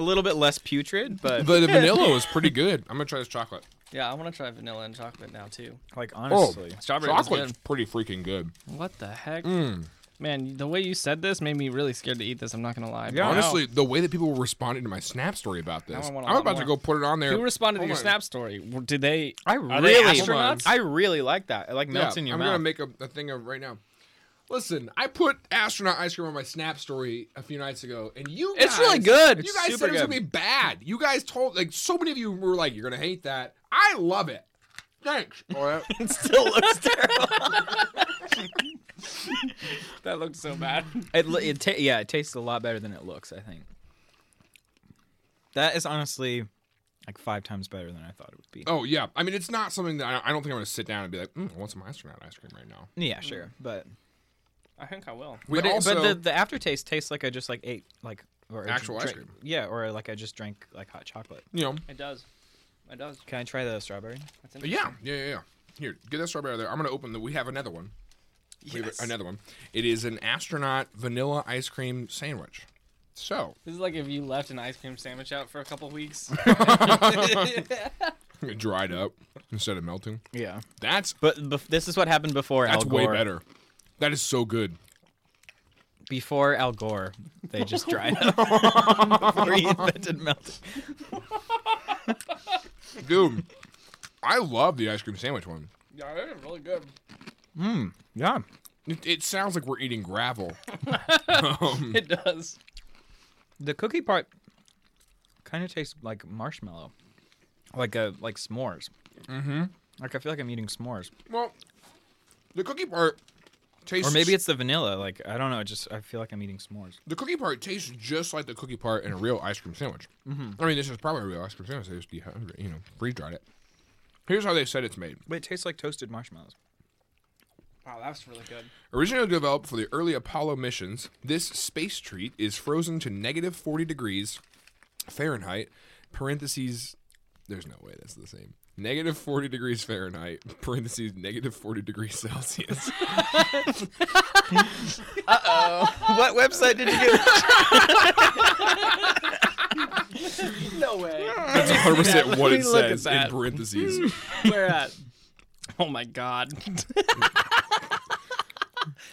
little bit less putrid, but But the vanilla was pretty good. I'm gonna try this chocolate. Yeah, I want to try vanilla and chocolate now too. like Oh, honestly, Strawberry was chocolate's pretty freaking good. What the heck? Mm. Man, the way you said this made me really scared to eat this. I'm not gonna lie. Yeah. bro. Honestly, the way that people were responding to my Snap story about this, I want a I'm lot about to go more. put it on there. who responded to Hold your on. Snap story? W- Did they? I are they really, Hold on. astronauts? I really like that. It like Yeah, melts in your I'm mouth. gonna make a, a thing of right now. Listen, I put astronaut ice cream on my Snap story a few nights ago, and you guys, It's really good. You It's guys super said it was gonna be good. bad. You guys told like so many of you were like, "You're gonna hate that." I love it. Thanks. All right. It still looks terrible. that looked so bad. It, li- it ta- yeah, it tastes a lot better than it looks. I think that is honestly like five times better than I thought it would be. oh yeah. I mean, it's not something that I, I don't think I'm gonna sit down and be like, mm, "I want some astronaut ice cream right now." Yeah, sure, but I think I will. We but, it- also but the, the aftertaste tastes like I just like ate like or I Actual ice drank- cream. Yeah, or like I just drank like hot chocolate. you know, It does. It does. Can I try the strawberry? That's yeah, yeah, yeah. yeah. Here, get that strawberry out of there. I'm gonna open the. We have another one. We have another one. It is an astronaut vanilla ice cream sandwich. So This is like if you left an ice cream sandwich out for a couple weeks. It dried up instead of melting. Yeah, That's but bef- this is what happened before that's Al way Gore. better. That is so good. Before Al Gore, they just dried up before he invented melting. Dude, I love the ice cream sandwich one. yeah, it is really good. Yeah, It, it sounds like we're eating gravel. It does. the cookie part kind of tastes like marshmallow, like a like s'mores. Mm-hmm. Like I feel like I'm eating s'mores, Well, the cookie part tastes or maybe it's the vanilla. Like I don't know. it Just I feel like I'm eating s'mores. the cookie part tastes just like the cookie part in a real ice cream sandwich. Mm-hmm. I mean, this is probably a real ice cream sandwich. They just dehydrated, you know, freeze dried it. Here's how they said it's made. But it tastes like toasted marshmallows. Wow, that's really good. Originally developed for the early Apollo missions, this space treat is frozen to negative 40 degrees Fahrenheit. Parentheses, there's no way that's the same. negative 40 degrees Fahrenheit, parentheses, negative 40 degrees Celsius. What website did you get? No way. That's 100% what Let it me look at says in that. parentheses. Where at? uh, Oh my god.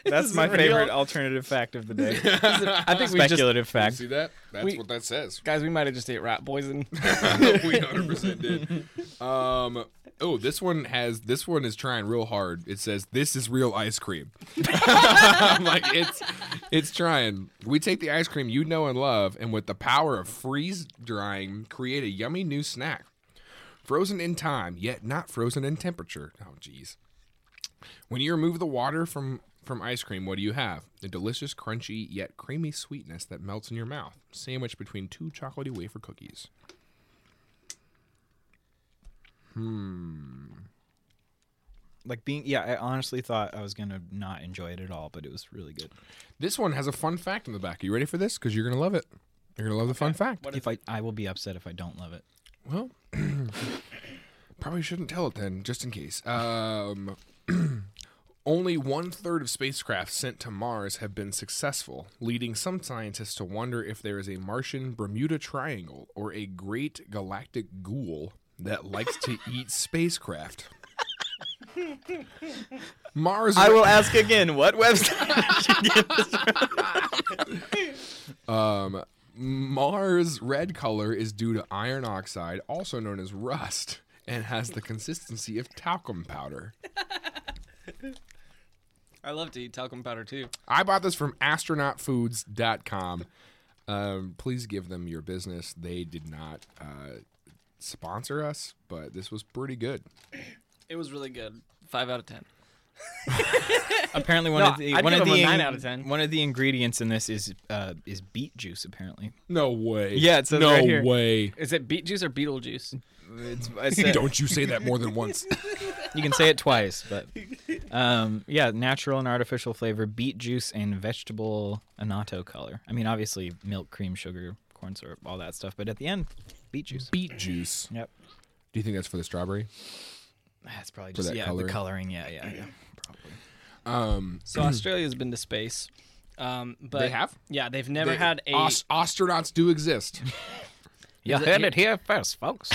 That's my real. favorite alternative fact of the day. I think we Speculative speculative fact. See that? That's We- what that says. Guys, we might have just ate rat poison. we 100% did. Um, oh, this one has this one is trying real hard. It says this is real ice cream. I'm like it's it's trying. We take the ice cream you know and love, and with the power of freeze drying, create a yummy new snack. Frozen in time, yet not frozen in temperature. Oh, jeez. When you remove the water from from ice cream, what do you have? A delicious, crunchy, yet creamy sweetness that melts in your mouth, sandwiched between two chocolatey wafer cookies. Like being, yeah, I honestly thought I was gonna not enjoy it at all, but it was really good. This one has a fun fact in the back. Are you ready for this? Because you're gonna love it. You're gonna love the fun fact. if I, I will be upset if I don't love it. Well, probably shouldn't tell it then, just in case. Um, only one third of spacecraft sent to Mars have been successful, leading some scientists to wonder if there is a Martian Bermuda Triangle or a great galactic ghoul that likes to eat spacecraft. Mars. I will ask again. What website? Um, Mars red color is due to iron oxide, also known as rust, and has the consistency of talcum powder. I love to eat talcum powder too. I bought this from astronautfoods.com. Um, please give them your business. They did not uh, sponsor us, but this was pretty good. It was really good. Five out of ten. Apparently, one No, of the I'd one give of them a the nine out of 10. one of the ingredients in this is uh, is beet juice. Apparently, No way. Yeah, it says no right here. way. Is it beet juice or beetle juice? it's, I said, Don't you say that more than once. you can say it twice, but um, yeah, natural and artificial flavor, beet juice, and vegetable annatto color. I mean, obviously, milk, cream, sugar, corn syrup, all that stuff. But at the end, beet juice. Beet juice. Yep, Do you think that's for the strawberry? that's probably just that yeah coloring. the coloring. Yeah, yeah, yeah. Probably. Um, So Australia's been to space. Um, but They have? Yeah, they've never had a. Aus- astronauts do exist. You heard it here first, folks.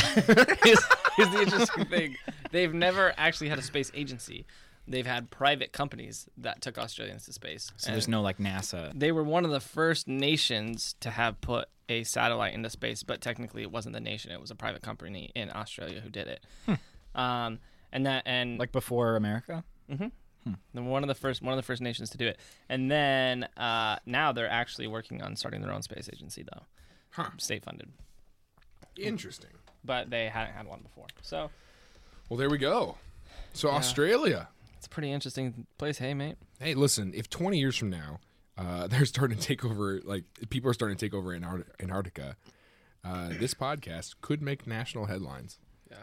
is, is the interesting thing. They've never actually had a space agency. They've had private companies that took Australians to space. So there's no like NASA. They were one of the first nations to have put a satellite into space, but technically it wasn't the nation; it was a private company in Australia who did it. Um, and that and Hmm. Like before America? the- one of the first one of the first nations to do it. And then uh, now they're actually working on starting their own space agency, though, Huh. state funded, Interesting. but they hadn't had one before. So Well, there we go. So Australia. it's a pretty interesting place. Hey, mate. Hey, listen. If 20 years from now, uh, they're starting to take over, like people are starting to take over Antar- Antarctica, uh, this podcast could make national headlines, Yeah,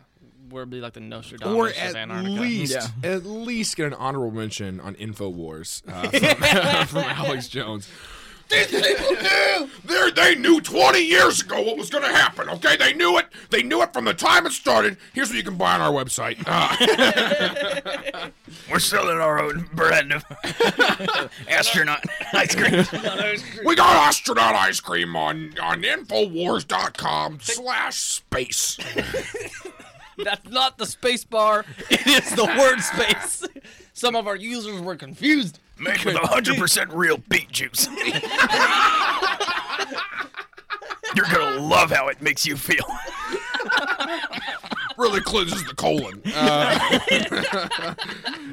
we'll be like the Nostradamus or of at Antarctica. least, at least get an honorable mention on Infowars uh, from, from Alex Jones. These people knew. They're- They knew 20 years ago what was going to happen. Okay, they knew it. They knew it from the time it started. Here's what you can buy on our website. Uh, We're selling our own brand of astronaut ice cream. We got astronaut ice cream on on infowars.com slash space. That's not the space bar. It is the word space. Some of our users were confused. Made with 100% real beet juice. You're gonna love how it makes you feel. Really cleanses the colon. Uh,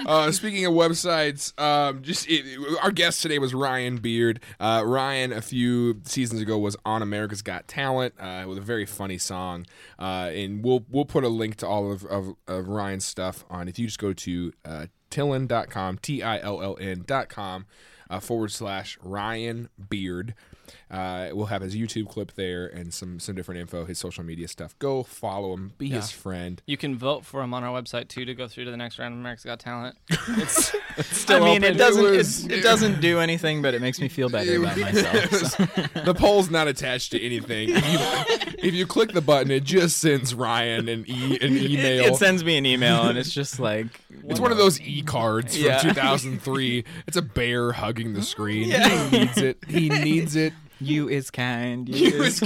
uh, speaking of websites, um, just it, it- our guest today was Ryan Beard. Uh, Ryan, a few seasons ago, was on America's Got Talent uh, with a very funny song, uh, and we'll we'll put a link to all of, of, of Ryan's stuff on. If you just go to uh, tillin.com, t i l l n dot com uh, forward slash Ryan Beard. Uh, we'll have his YouTube clip there and some some different info, his social media stuff. Go follow him, be his friend. You can vote for him on our website too to go through to the next round of America's Got Talent. It's, it's still I mean, open. it doesn't It it, was- it doesn't do anything, but it makes me feel better about myself. so. the poll's not attached to anything. You- if you click the button, it just sends Ryan an e an email. It sends me an email, and it's just like It's one of those e cards from Yeah. 2003. It's a bear hugging the screen. He needs it. He needs it. you is kind. You, is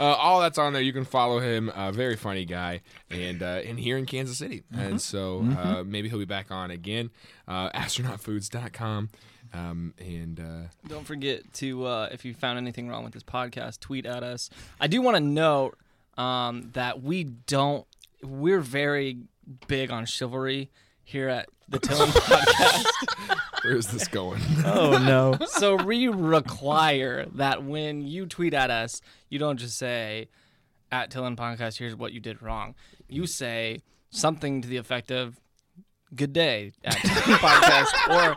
Uh, all that's on there. You can follow him. Uh, very funny guy, and uh, and here in Kansas City. Mm-hmm. And so uh, maybe he'll be back on again. Uh, astronautfoods.com. Um, and uh, Don't forget to, uh, if you found anything wrong with this podcast, tweet at us. I do want to note um, that we don't, we're very big on chivalry here at the Tillman Podcast. where is this going? Oh no. So we require that when you tweet at us, you don't just say, at Tillman Podcast, here's what you did wrong. You say something to the effect of, good day at Tillman Podcast, or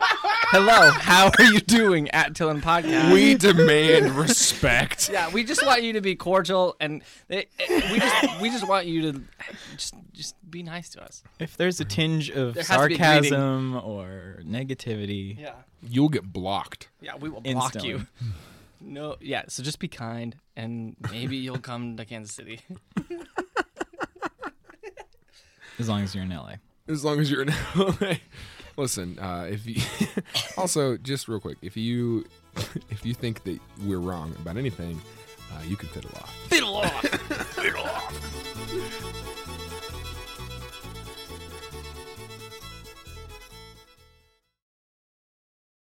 hello, how are you doing at Tillman Podcast? we demand respect. Yeah, we just want you to be cordial, and it, it- we just we just want you to just just be nice to us. If there's a tinge of There has to be a greeting. sarcasm or negativity, Yeah, You'll get blocked. yeah, we will block Instantly. you. No, yeah. So just be kind, and maybe you'll come to Kansas City. as long as you're in LA. as long as you're in LA. Listen, uh, if you also just real quick, if you if you think that we're wrong about anything, uh, you can fiddle off. Fiddle off.